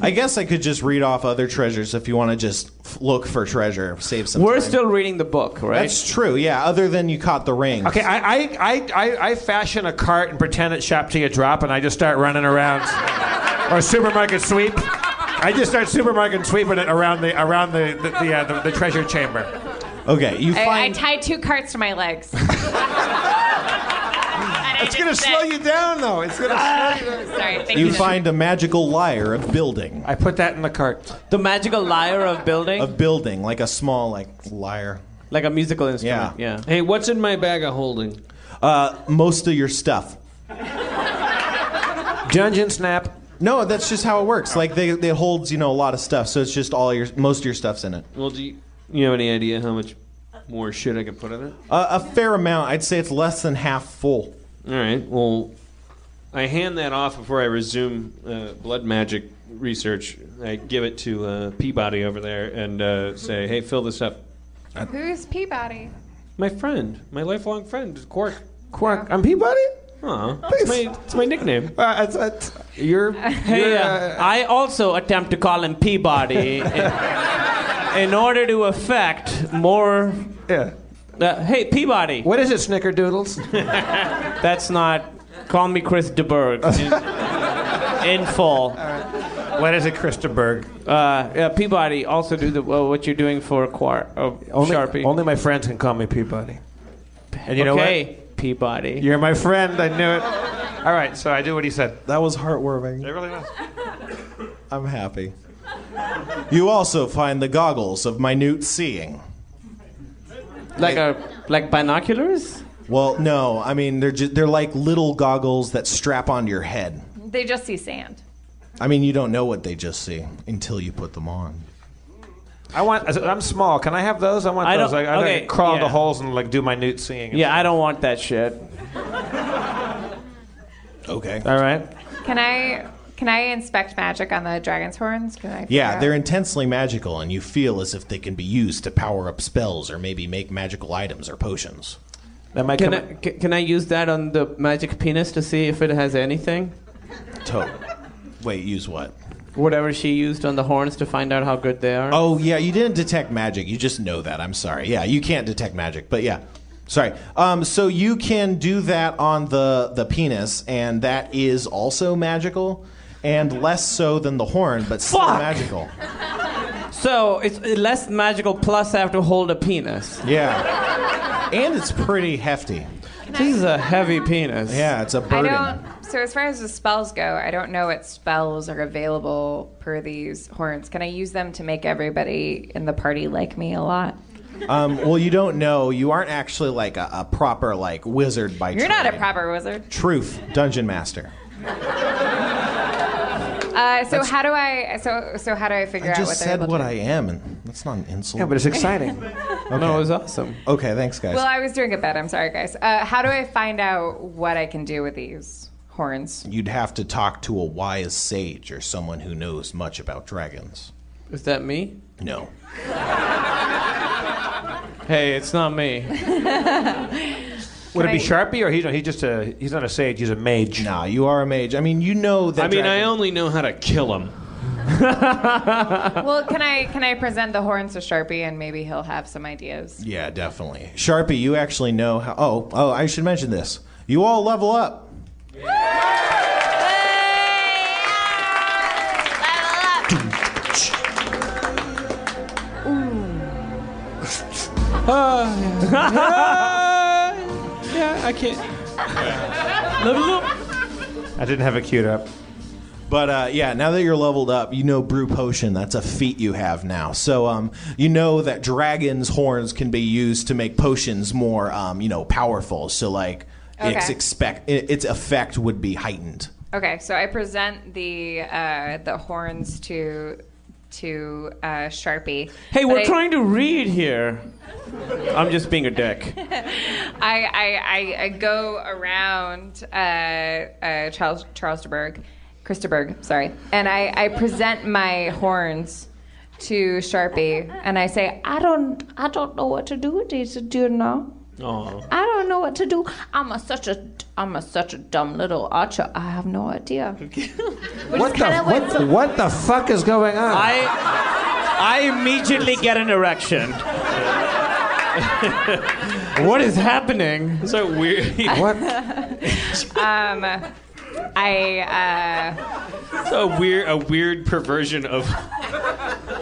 I guess I could just read off other treasures if you want to just f- look for treasure, save some.
We're
time.
still reading the book, right?
That's true. Yeah. Other than you caught the ring.
Okay, I I, I, I I fashion a cart and pretend it's shop till you drop, and I just start running around, or supermarket sweep. I just start supermarket sweeping it around the around the the, the, uh, the, the treasure chamber.
Okay. You
I, I
find.
tie two carts to my legs. *laughs*
It's gonna slow you down though. It's gonna.
Sorry, thank you.
you find a magical lyre of building.
I put that in the cart.
the magical lyre of building,
Of building, like a small like lyre.
like a musical instrument.
Yeah.
Yeah.
Hey, what's in my bag of holding?
Uh, most of your stuff.
Dungeon snap.
No, that's just how it works. Like they, they holds you know a lot of stuff, so it's just all your most of your stuff's in it.
Well, do you, you have any idea how much more shit I could put in it?
Uh, a fair amount. I'd say it's less than *laughs* half full.
All right. Well, I hand that off before I resume uh, blood magic research. I give it to uh, Peabody over there and uh, say, "Hey, fill this up."
Who's Peabody?
My friend, my lifelong friend, Quark.
Quark. I'm Peabody.
Aw, it's my, it's my nickname.
Uh, it's, it's, you're.
Hey,
you're,
uh, I also attempt to call
*laughs*
him Peabody in, in order to affect more.
uh, yeah.
Uh, hey, Peabody.
What is it, Snickerdoodles?
That's not. Call me Chris DeBerg.
*laughs*
In, in full.
What is it, Christaberg?
Uh, yeah, Peabody, also do the, uh, what you're doing for Quar, uh,
Oh,
Only,
Sharpie.
only my friends can call me Peabody. And you know
okay,
what?
Peabody.
You're my friend. I knew it. All right, so I do what he said.
That was heartwarming.
It really was.
*laughs* I'm happy. You also find the goggles of minute seeing.
like a like binoculars?
Well, no, I mean they're just, they're like little goggles that strap onto your head.
They just see sand.
I mean, you don't know what they just see until you put them on.
I want. I'm small. Can I have those? I want
I
those.
don't-
I, I
okay,
like, crawl into
yeah.
holes and like do minute seeing.
Yeah, I don't want that shit.
Okay.
All right.
Can I can I inspect magic on the dragon's horns? Can I? figure
Yeah,
out-
they're intensely magical, and you feel as if they can be used to power up spells or maybe make magical items or potions.
That might
Can
come.
I, ca- can I use that on the magic penis to see if it has anything?
To- Wait, use what?
Whatever she used on the horns to find out how good they are.
Oh,
Oh, yeah, you didn't detect magic. You just know that. I'm sorry. Yeah, you can't detect magic, but yeah.
Sorry. Um, so you can do that on the the penis, and that is also magical, and less so than the horn, but still
Fuck!
magical.
So it's less magical. Plus, I have to hold a penis.
Yeah. And it's pretty hefty.
This is a heavy penis.
Yeah, it's a
I
burden.
don't. So as far as the spells go, I don't know what spells are available per these horns. Can I use them to make everybody in the party like me a lot?
Um, well, you don't know. You aren't actually like a, a proper like wizard by
You're not a
trade.
proper wizard.
truth dungeon master.
Uh, so how do I? So so how do I figure
I
out what
just
they're
said
able
what
to?
I am, and that's not an insult.
Yeah, but it's exciting.
okay.
No, it was Oh, awesome.
okay, thanks, guys.
Well, I was doing a bet. I'm sorry, guys. Uh, how do I find out what I can do with these horns?
You'd have to talk to a wise sage or someone who knows much about dragons.
Is that me?
No.
Hey, it's not me.
*laughs* Would it be
I-
Sharpie or he's, he's just a he's not a sage, he's a mage.
Nah, you are a mage. I mean, you know that.
I mean, I
dragon-
only know how to kill him.
Well, can I can I present the horns to Sharpie and maybe he'll have some ideas?
Yeah, definitely. Sharpie, you actually know how. Oh, oh, I should mention this. You all level up.
Uh,
Yeah, I can't.
I didn't have it queued up.
But uh, yeah, now that you're leveled up, you know brew potion. That's a feat you have now. So um, you know that dragons' horns can be used to make potions more, um, you know, powerful. So like, its
Okay.
expect i- its effect would be heightened.
Okay, so I present the uh, the horns to to uh, Sharpie.
Hey,
But
we're
I-
trying to read here. I'm just being a dick.
I, I, I, I go around uh, uh, Charles Charlesburg, Christopherg, sorry, and I, I present my horns to Sharpie, and I say, I don't I don't know what to do with these. Do you know? I don't know what to do. I'm a such a I'm a such a dumb little archer. I have no idea.
What the, what, the, what the fuck is going on?
I *laughs* I immediately get an erection. what is happening?
It's so weird.
*laughs*
what?
I uh,
a weird, a weird perversion of.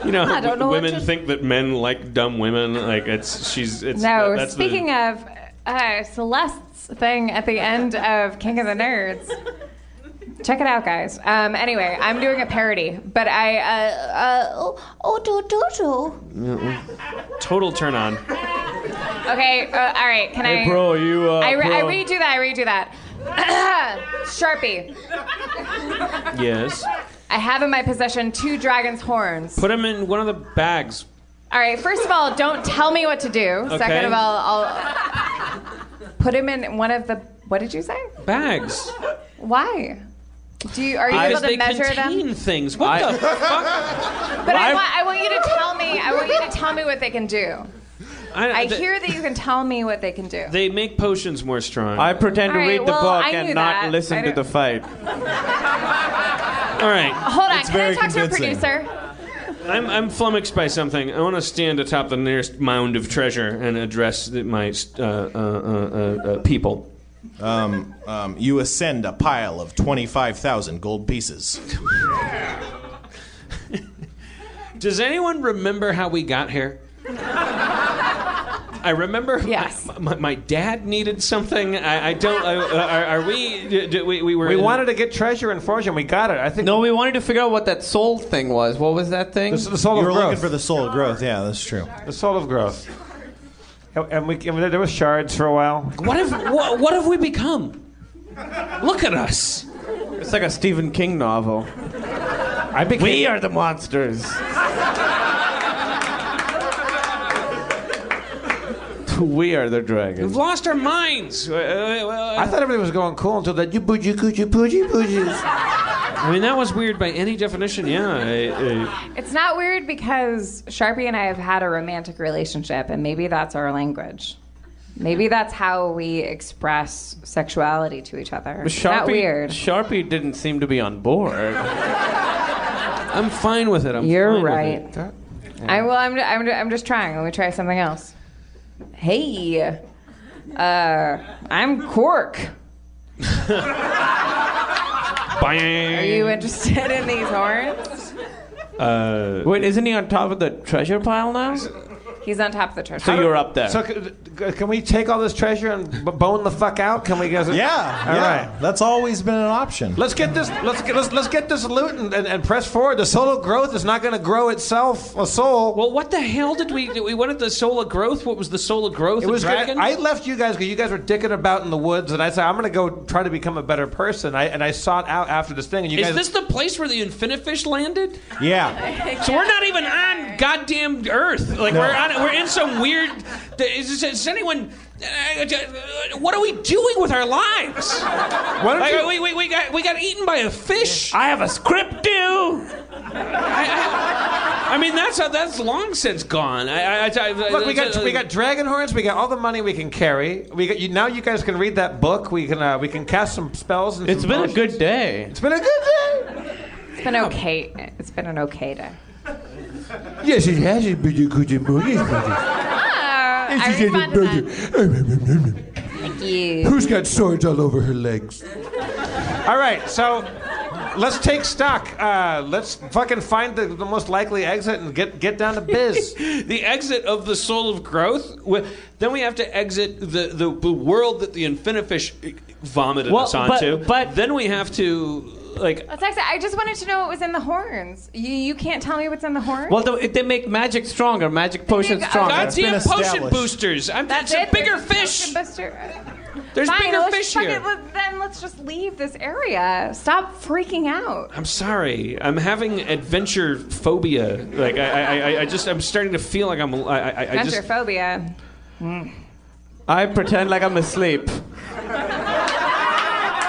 You know,
I don't know what
women
to-
think that men like dumb women. Like it's she's it's
no.
that- that's the-
speaking of uh, Celeste's thing at the end of King of the Nerds. Check it out, guys. Um, anyway, I'm doing a parody, but I uh, uh, oh, oh do do do.
total turn on.
Okay, uh, all right. Can I?
you. Uh,
I, re- I redo that. I redo that. *coughs* Sharpie.
Yes,
I have in my possession two dragon's horns.
put him in one of the bags.
All right. First of all, don't tell me what to do. Second of all, I'll put him in one of the. What did you say?
Bags.
Why? Do you, are you
Because
able to
they
measure
contain
them?
things. What
I-
the fuck?
But I
Why-
want, I want you to tell me. I want you to tell me what they can do. I
th-
hear that you can tell me what they can do.
they make potions more strong.
I pretend to
All right,
read the
well,
book
I knew
and not
that. I
listen to
don't-
the fight.
All right,
Hold on. Can I
very
talk to a
convincing.
producer?
I'm I'm flummoxed by something. I want to stand atop the nearest mound of treasure and address the, my uh, uh, uh, uh, uh, people.
Um, you ascend a pile of twenty-five thousand gold pieces.
*laughs* Does anyone remember how we got here? I remember.
Yes.
My, my, my dad needed something. I, I don't. I, uh, are, are we, d- d- we? We were.
We
in-
wanted to get treasure and fortune. We got it. I think
No, we wanted to figure out what that soul thing was. What was that thing?
this is the soul
you
of
were
growth.
looking for the soul of growth. Yeah, that's true.
the soul of growth. And, and we and there was shards for a while.
What have? What, what have we become? Look at us.
It's like a Stephen King novel.
I became
We are the monsters. *laughs* we are the
We've
dragons.
lost our minds. Uh, uh, well,
I thought everything was going cool until that you boogie coochie poochie poochies.
I mean, that was weird by any definition. Yeah. I- I-
It's not weird because Sharpie and I have had a romantic relationship, and maybe that's our language. Maybe that's how we express sexuality to each other. It's not weird.
Sharpie didn't seem to be on board.
I'm fine with it. I'm
You're
fine with
right.
it.
I well, I'm, I'm, I'm just trying. Let me try something else. Hey, Uh, I'm Cork. Are you interested in these horns?
Uh,
Wait, isn't he on top of the treasure pile now? So
He's on top of the treasure.
you're up there.
So, c- c- can we take all this treasure and b- bone the fuck out? Can we? Yeah. All
Yeah. yeah.
right.
That's always been an option.
Let's get this. Let's get. Let's, let's get this loot and, and, and press forward. The solo growth is not going to grow itself. A soul.
well, what the hell did we? Did we wanted the solar growth. What was the solar growth?
it was.
of
gonna-
dragon.
I left you guys because you guys were dicking about in the woods, and I said I'm going to go try to become a better person. I, and I sought out after this thing, and you
Is
guys.
this the place where the Infinifish landed?
Yeah.
So we're not even on goddamn Earth. Like we're on, we're in some weird. Is, is anyone? uh, What are we doing with our lives?
why don't
Like,
you-
we, we, we got we got eaten by a fish.
I have a script due.
I mean, that's that's long since gone. I, I, I, I-
Look, we got we got dragon horns. We got all the money we can carry. We got you, now. You guys can read that book. We can uh, we can cast some spells. And
It's
some
been a
potions.
good day.
It's been a good day.
It's been okay. It's been an okay day.
Yes, it has been a good day.
Ah, I respond to that. Thank you.
Who's got swords all over her legs? all right, so let's take stock. Uh, let's fucking find the, the most likely exit and get get down to
*laughs*
biz.
the exit of the soul of growth. Wh- Then we have to exit the, the, the world that the Infinifish eh, vomited
Well,
us
but-
onto.
but-
then we have to like.
Let's actually, I just wanted to know what was in the horns. You, you can't tell me what's in the horns?
Well, though, if they make magic stronger, magic potions
make-
stronger.
That's
been
Goddamn potion
established.
boosters! I'm,
That's
it's
it?
a bigger
There's no
fish.
Ocean Buster.
There's
Fine,
bigger
let's
fish
fuck
here.
it, let- then let's just leave this area. Stop freaking out.
I'm sorry. I'm having adventure phobia. Like I, I, I, I just, I'm starting to feel like I'm. I, I, I just.
Astrophobia.
I pretend like
*laughs*
I'm asleep.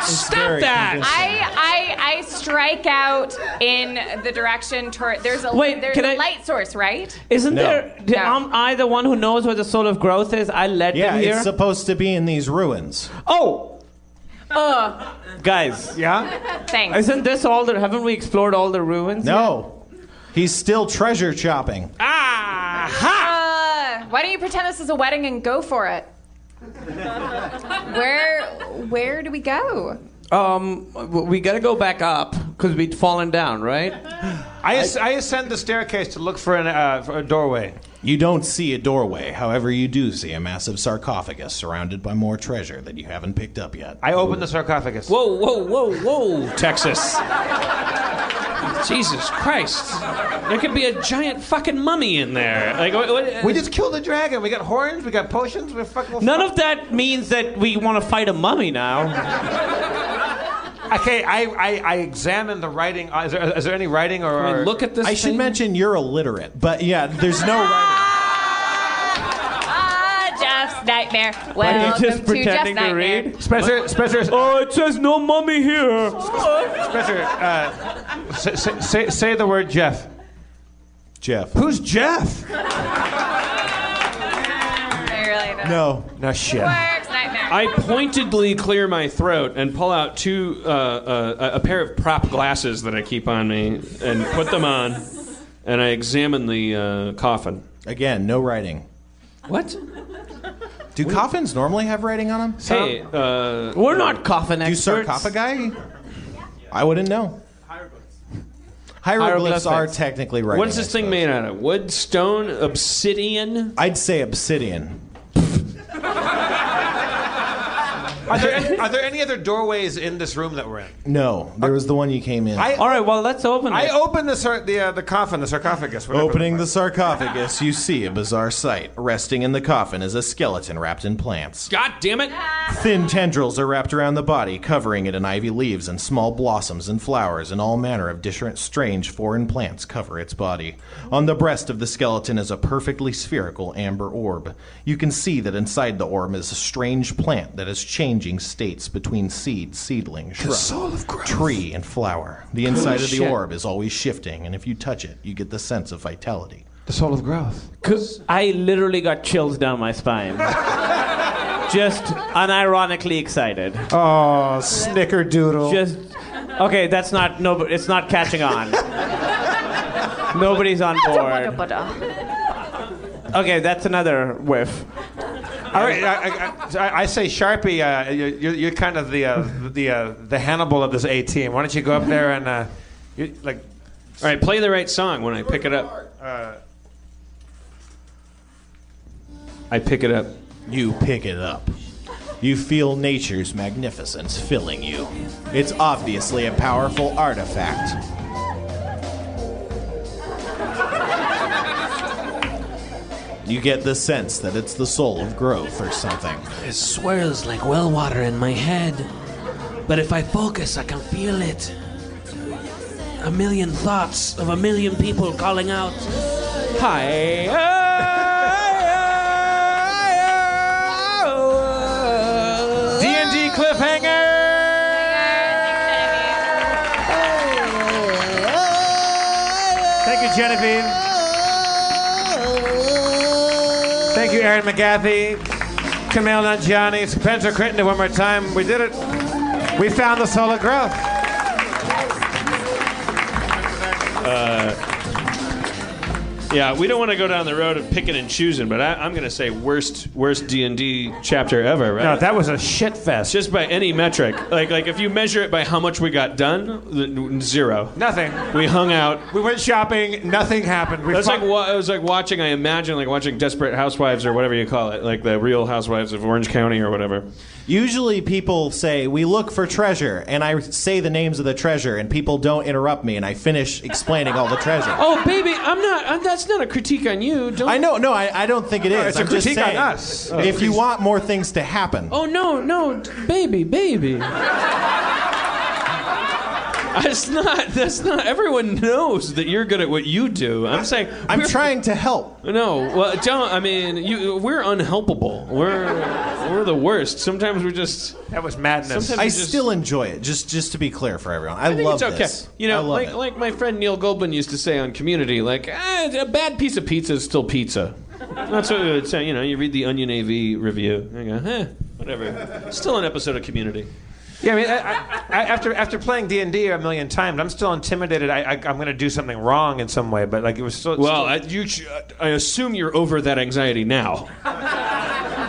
Stop that!
I, I I strike out in the direction toward. There's a
Wait,
there's
can
a
I-
light source, right?
Isn't
No.
there?
No.
Am I the one who knows where the soul of growth is? I led
Yeah,
them here.
it's supposed to be in these ruins.
oh,
Uh.
guys,
yeah,
Thanks.
isn't this all the? Haven't we explored all the ruins?
No. He's still treasure chopping.
Ah.
Uh, why don't you pretend this is a wedding and go for it? where where do we go?
Um, w- we gotta go back up because we'd fallen down, right?
I, as- I ascend the staircase to look for an uh, for a doorway.
You don't see a doorway. However, you do see a massive sarcophagus surrounded by more treasure that you haven't picked up yet.
I open the sarcophagus.
Whoa, whoa, whoa, whoa, Texas. Jesus Christ. There could be a giant fucking mummy in there. Like, what, what,
we just killed a dragon. We got horns. We got potions. We're fucking.
None of that means that we want to fight a mummy now.
Okay, I I, I examine the writing. Uh, is, there, is there any writing or?
I mean, look at this.
I should
thing.
mention you're illiterate, but yeah, there's no writing.
Ah, Jeff's nightmare.
you're
Welcome
just
to Jeff's
pretending to
nightmare.
read?
Spencer, Spencer,
Oh, it says no mummy here.
Spencer, uh, say, say- say, say the word Jeff.
Jeff.
Who's Jeff?
I really don't.
No.
No shit.
Works nightmare.
I pointedly clear my throat and pull out two, uh, uh, a pair of prop glasses that I keep on me and put them on, and I examine the uh, coffin.
Again, no writing.
What?
Do coffins normally have writing on them?
Hey, uh,
We're not coffin
Do
experts.
sarcophagi? I wouldn't know. Hieroglyphs.
Hieroglyphics.
are technically writing.
what is this
I
thing
suppose.
made out of? Wood, stone, obsidian?
I'd say obsidian.
Are there, are there any other doorways in this room that we're in?
No, there was the one you came in.
I-
All right, well let's open it.
I opened the sar- the uh, the coffin, the sarcophagus. whatever
Opening the
was.
sarcophagus, you see a bizarre sight. Resting in the coffin is a skeleton wrapped in plants.
God damn it!
Thin tendrils are wrapped around the body, covering it in ivy leaves and small blossoms and flowers, and all manner of different strange foreign plants cover its body. On the breast of the skeleton is a perfectly spherical amber orb. You can see that inside the orb is a strange plant that is changing states between seed, seedling, shrub, tree, and flower. The inside of the
shit.
orb is always shifting, and if you touch it, you get the sense of vitality.
the soul of growth.
Cause I literally got chills down
*laughs*
my spine. Just unironically excited.
Oh, snickerdoodle.
Just okay. That's not no. It's not catching on. Nobody's on board. Okay, that's another whiff.
All right, I, I- I- so I- I say Sharpie. Uh, you're, you're- you're kind of the uh, the uh, the Hannibal of this A team. Why don't you go up there and uh, you, like Uh,
All right, play the right song when I pick it up. I pick it up.
You pick it up. You feel nature's magnificence filling you. It's obviously a powerful artifact. You get the sense that it's the soul of growth or something.
It swirls like well water in my head. But if I focus, I can feel it. A million thoughts of a million people calling out.
Hi.
D and D cliffhanger.
Thank you, Genevieve.
Thank you, Aaron McGathy, Camille Nanjiani, Spencer Crittenden. One more time, we did it. We found the soul of growth.
Yeah, we don't want to go down the road of picking and choosing, but I, I'm going to say worst worst D and D chapter ever. Right?
No, that was a shit fest.
Just by any metric, like like if you measure it by how much we got done, th- zero.
Nothing.
We hung out.
We went shopping. Nothing happened. We
That's
fuck-
like wa- it was like watching. I imagine like watching Desperate Housewives or whatever you call it, like the Real Housewives of Orange County or whatever.
Usually people say, We look for treasure, and I say the names of the treasure, and people don't interrupt me, and I finish explaining all the treasure.
Oh, baby, I'm not. I'm, that's not a critique on you. Don't.
I know, no, I, I don't think it is.
it's a
I'm just
critique on
saying,
us.
If you want more things to happen,
Oh no, no, d- baby, *laughs* baby. That's not. That's not. Everyone knows Oh, that you're good at what you do. I'm saying.
I'm
we're-
trying to help.
No, well, don't. I mean, you. We're unhelpable. We're we're the worst. Sometimes we're just.
that was madness.
Sometimes
I
we just-
still enjoy it. Just just to be clear for everyone,
I
I,
think
love
it's okay.
this.
You
I
know,
love
like
it.
like my friend Neil Goldman used to say on Community, like ah, a bad piece of pizza is still pizza. That's what we would say. You know, you read the Onion AV review, and you go, eh, whatever. Still an episode of Community.
Yeah, I mean, I, I, I, after after playing D and D a million times, I'm still intimidated. I, I I'm going to do something wrong in some way, but like it was still.
Well, I, you, sh- I assume you're over that anxiety now.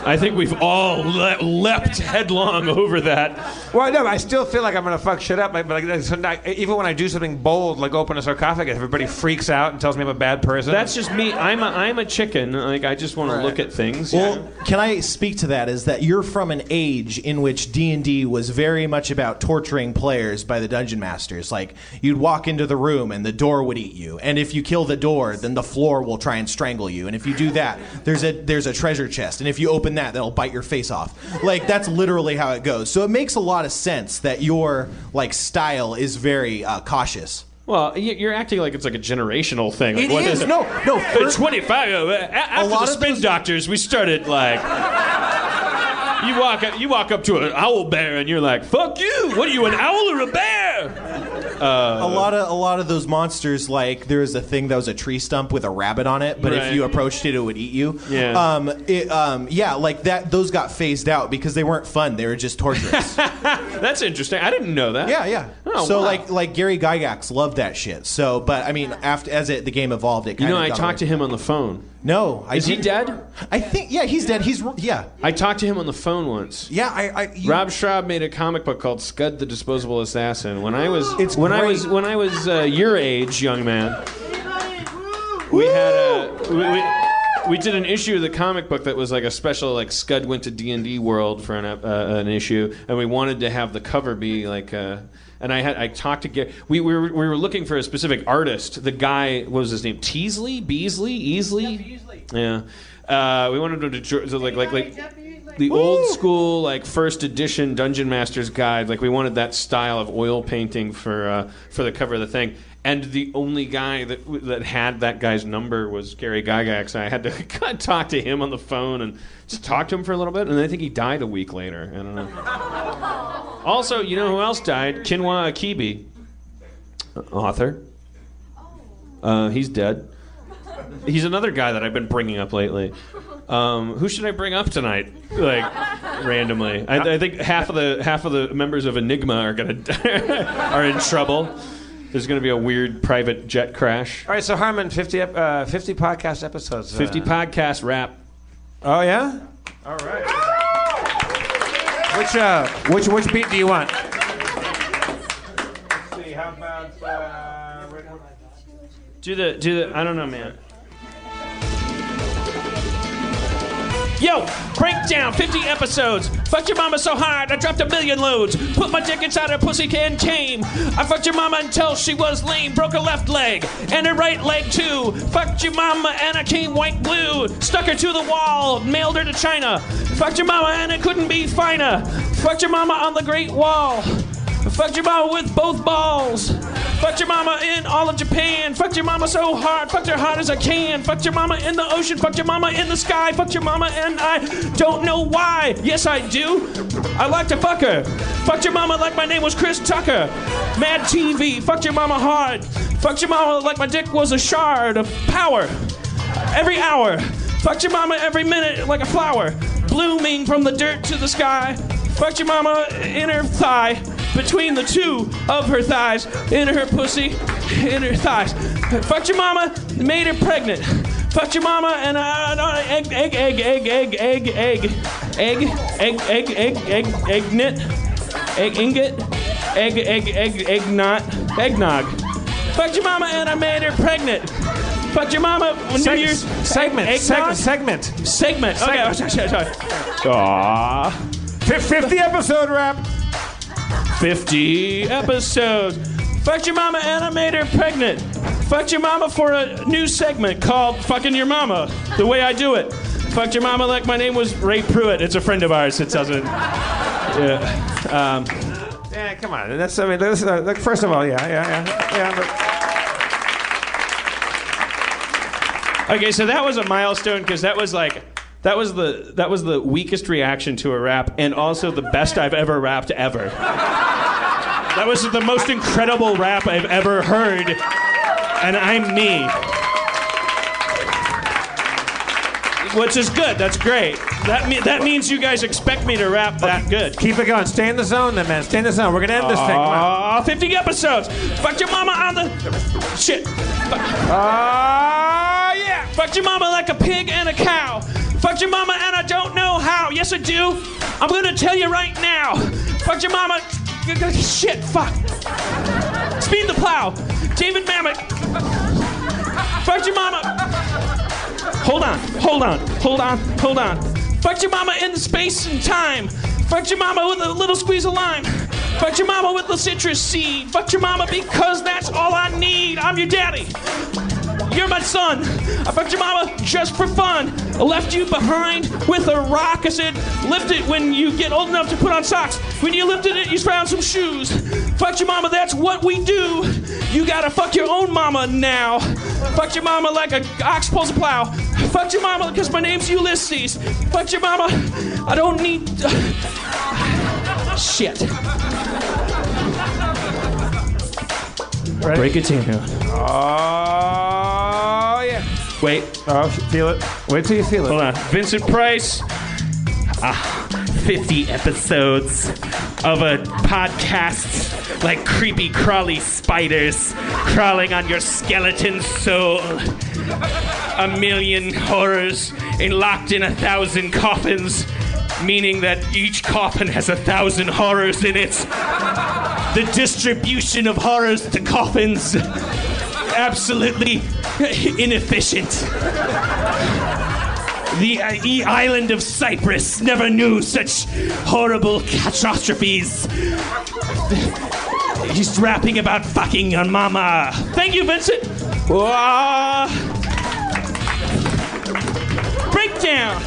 I think we've all le- leapt headlong over that.
Well, no, I still feel like I'm gonna fuck shit up. But like, so not, even when I do something bold, like open a sarcophagus, everybody freaks out and tells me I'm a bad person.
That's just me. I'm a, I'm a chicken. Like I just want to look at things.
Well, can I speak to that? Is that you're from an age in which D and D was very much about torturing players by the dungeon masters. Like you'd walk into the room and the door would eat you, and if you kill the door, then the floor will try and strangle you, and if you do that, there's a there's a treasure chest, and if you open that, that'll bite your face off. Like that's literally how it goes. So it makes a lot of sense that your like style is very uh, cautious.
well, y- you're acting like it's like a generational thing. Like,
It
what
is- no no.
At
first-
25, uh, a- after
lot
the
of
spin
those-
doctors, we started like. You walk, up, you walk up to an owl bear and you're like, fuck you! What are you, an owl or a bear?
a lot of a lot of those monsters like there was a thing that was a tree stump with a rabbit on it but
Right.
if you approached it it would eat you
Yeah.
um, it, um, yeah like that those got phased out because they weren't fun they were just torturous
That's interesting. I didn't know that.
yeah yeah
Oh,
so
wow.
like like Gary Gygax loved that shit so but I mean after as it the game evolved it
You
kind
know,
of
I
got
talked to
away.
him on the phone.
no I
Is he
didn't.
dead?
I think yeah he's dead he's yeah
I talked to him on the phone once.
yeah I, I you-
Rob Schraub made a comic book called Scud the Disposable Assassin. When I was
*gasps* It's
when I
great.
was when I was uh, your age, young man. We had a we, we, we did an issue of the comic book that was like a special like Scud went to D and D world for an ep- uh, an issue, and we wanted to have the cover be like. Uh, and I had I talked to Gary. We, we, were, we were looking for a specific artist. The guy, what was his name? Teasley, Beasley, Easley. Yeah. Uh, we wanted him to, dr- to like like like the old school like first edition Dungeon Master's Guide. Like we wanted that style of oil painting for uh, for the cover of the thing. And the only guy that w- that had that guy's number was Gary Gygax. I had to *laughs* talk to him on the phone and just talk to him for a little bit. And I think he died a week later. I don't know. also, you know who else died? Kinwa Akibi, author. Uh, he's dead. He's another guy that I've been bringing up lately. Um, who should I bring up tonight? Like randomly, I, I think half of the half of the members of Enigma are gonna *laughs* are in trouble. There's gonna be a weird private jet crash.
all right. So Harmon, 50, ep- uh, 50 podcast episodes. uh,
Fifty podcast wrap.
oh yeah. All right. Which uh, which which beat do you want?
see, how about uh, Rick-
Do the do the. I don't know, man. Yo, break down 50 episodes. Fucked your mama so hard, I dropped a million loads. Put my dick inside her pussy can tame. I fucked your mama until she was lame. Broke her left leg and her right leg too. Fucked your mama and I came white blue. Stuck her to the wall, mailed her to China. Fucked your mama and it couldn't be finer. Fucked your mama on the Great Wall. Fucked your mama with both balls. Fucked your mama in all of Japan. Fucked your mama so hard. Fucked her hard as I can. Fucked your mama in the ocean. Fucked your mama in the sky. Fucked your mama and I don't know why. Yes, I do. I like to fuck her. Fucked your mama like my name was Chris Tucker. Mad TV. Fucked your mama hard. Fucked your mama like my dick was a shard of power. Every hour. Fucked your mama every minute like a flower. Blooming from the dirt to the sky. Fucked your mama in her thigh. Between the two of her thighs. In her pussy. In her thighs. Fucked your mama. Made her pregnant. Fucked your mama and uh, no, egg, egg, egg, egg, egg, egg, egg, egg, egg, egg, egg, egg, egg, knit, egg ingot, egg, egg, egg, egg knot, eggnog. Fucked your mama and I made her pregnant. Fucked your mama. New
Seg-
Year's
segment.
egg,
seg-
eggnog?
segment.
Segment. Okay,
Segment.
sorry, sorry, sorry.
Fif- Fifty episode wrap.
50 episodes. Fucked your mama and I made her pregnant. Fucked your mama for a new segment called Fucking Your Mama, the way I do it. Fucked your mama like my name was Ray Pruitt. It's a friend of ours that does it. Yeah. Um,
Yeah, come on. That's I mean, this, uh, look, first of all, yeah, yeah, yeah, yeah. But,
Okay, so that was a milestone because that was like that was the that was the weakest reaction to a rap, and also the best I've ever rapped ever. That was the most incredible rap I've ever heard, and I'm me. Which is good. That's great. That me- that means you guys expect me to rap that good.
Keep it going. Stay in the zone, then, man. Stay in the zone. We're gonna end this thing. Come on.
Aw, 50 Ah, episodes. Fuck your mama on the shit. Fuck.
Ah, yeah.
Fucked your mama like a pig and a cow. Fucked your mama and I don't know how. Yes, I do. I'm gonna tell you right now. Fucked your mama. g- g- Shit, fuck. Speed the plow. David Mamet. Fucked your mama. Hold on, hold on, hold on, hold on. Fucked your mama in the space and time. Fucked your mama with a little squeeze of lime. Fucked your mama with the citrus seed. Fucked your mama because that's all I need. I'm your daddy. You're my son. I fucked your mama just for fun. I left you behind with a rock. I said, lift it when you get old enough to put on socks. When you lifted it, you found some shoes. Fucked your mama, that's what we do. You gotta fuck your own mama now. Fucked your mama like a ox pulls a plow. Fucked your mama because my name's Ulysses. Fucked your mama. I don't need. *sighs* Shit. Break it down.
Oh, yeah.
Wait,
Oh, sh- feel it. Wait till you feel it.
Hold on. Vincent Price. Ah, 50 episodes of a podcast like creepy crawly spiders crawling on your skeleton soul. A million horrors in locked in a thousand coffins, meaning that each coffin has a thousand horrors in it. The distribution of horrors to coffins. Absolutely inefficient. The uh, e- island of Cyprus never knew such horrible catastrophes. He's rapping about fucking your mama. Thank you, Vincent. Wah. Breakdown.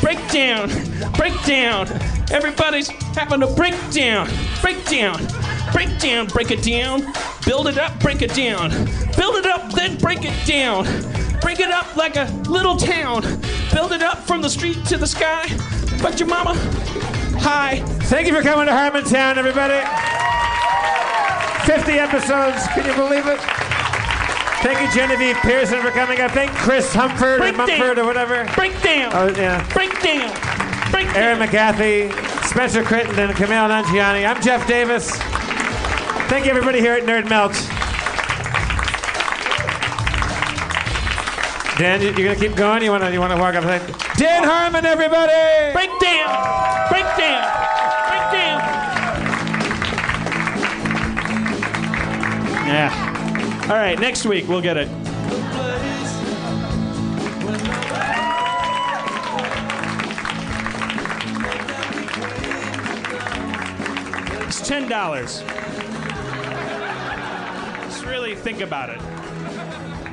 Breakdown. Breakdown. Everybody's having a breakdown. Breakdown. Breakdown. Break it down. Build it up. Break it down. Build it up, then break it down. Break it up like a little town. Build it up from the street to the sky. But your mama. Hi.
Thank you for coming to Harmontown, everybody. 50 episodes. Can you believe it? Thank you, Genevieve Pearson, for coming up. Thank Chris Humford or
Break down.
Mumford or whatever.
Breakdown.
Oh, yeah.
Breakdown. Breakdown.
Aaron McGathy, Spencer Crittenden, Camille Nangiani. I'm Jeff Davis. Thank you, everybody here at Nerd Melt. Dan, you, you're gonna keep going. You wanna you wanna walk up and say, Dan Harmon, everybody.
Break down! Break down! Break down!
Yeah. All right, next week we'll get it. It's ten dollars. Just really think about it.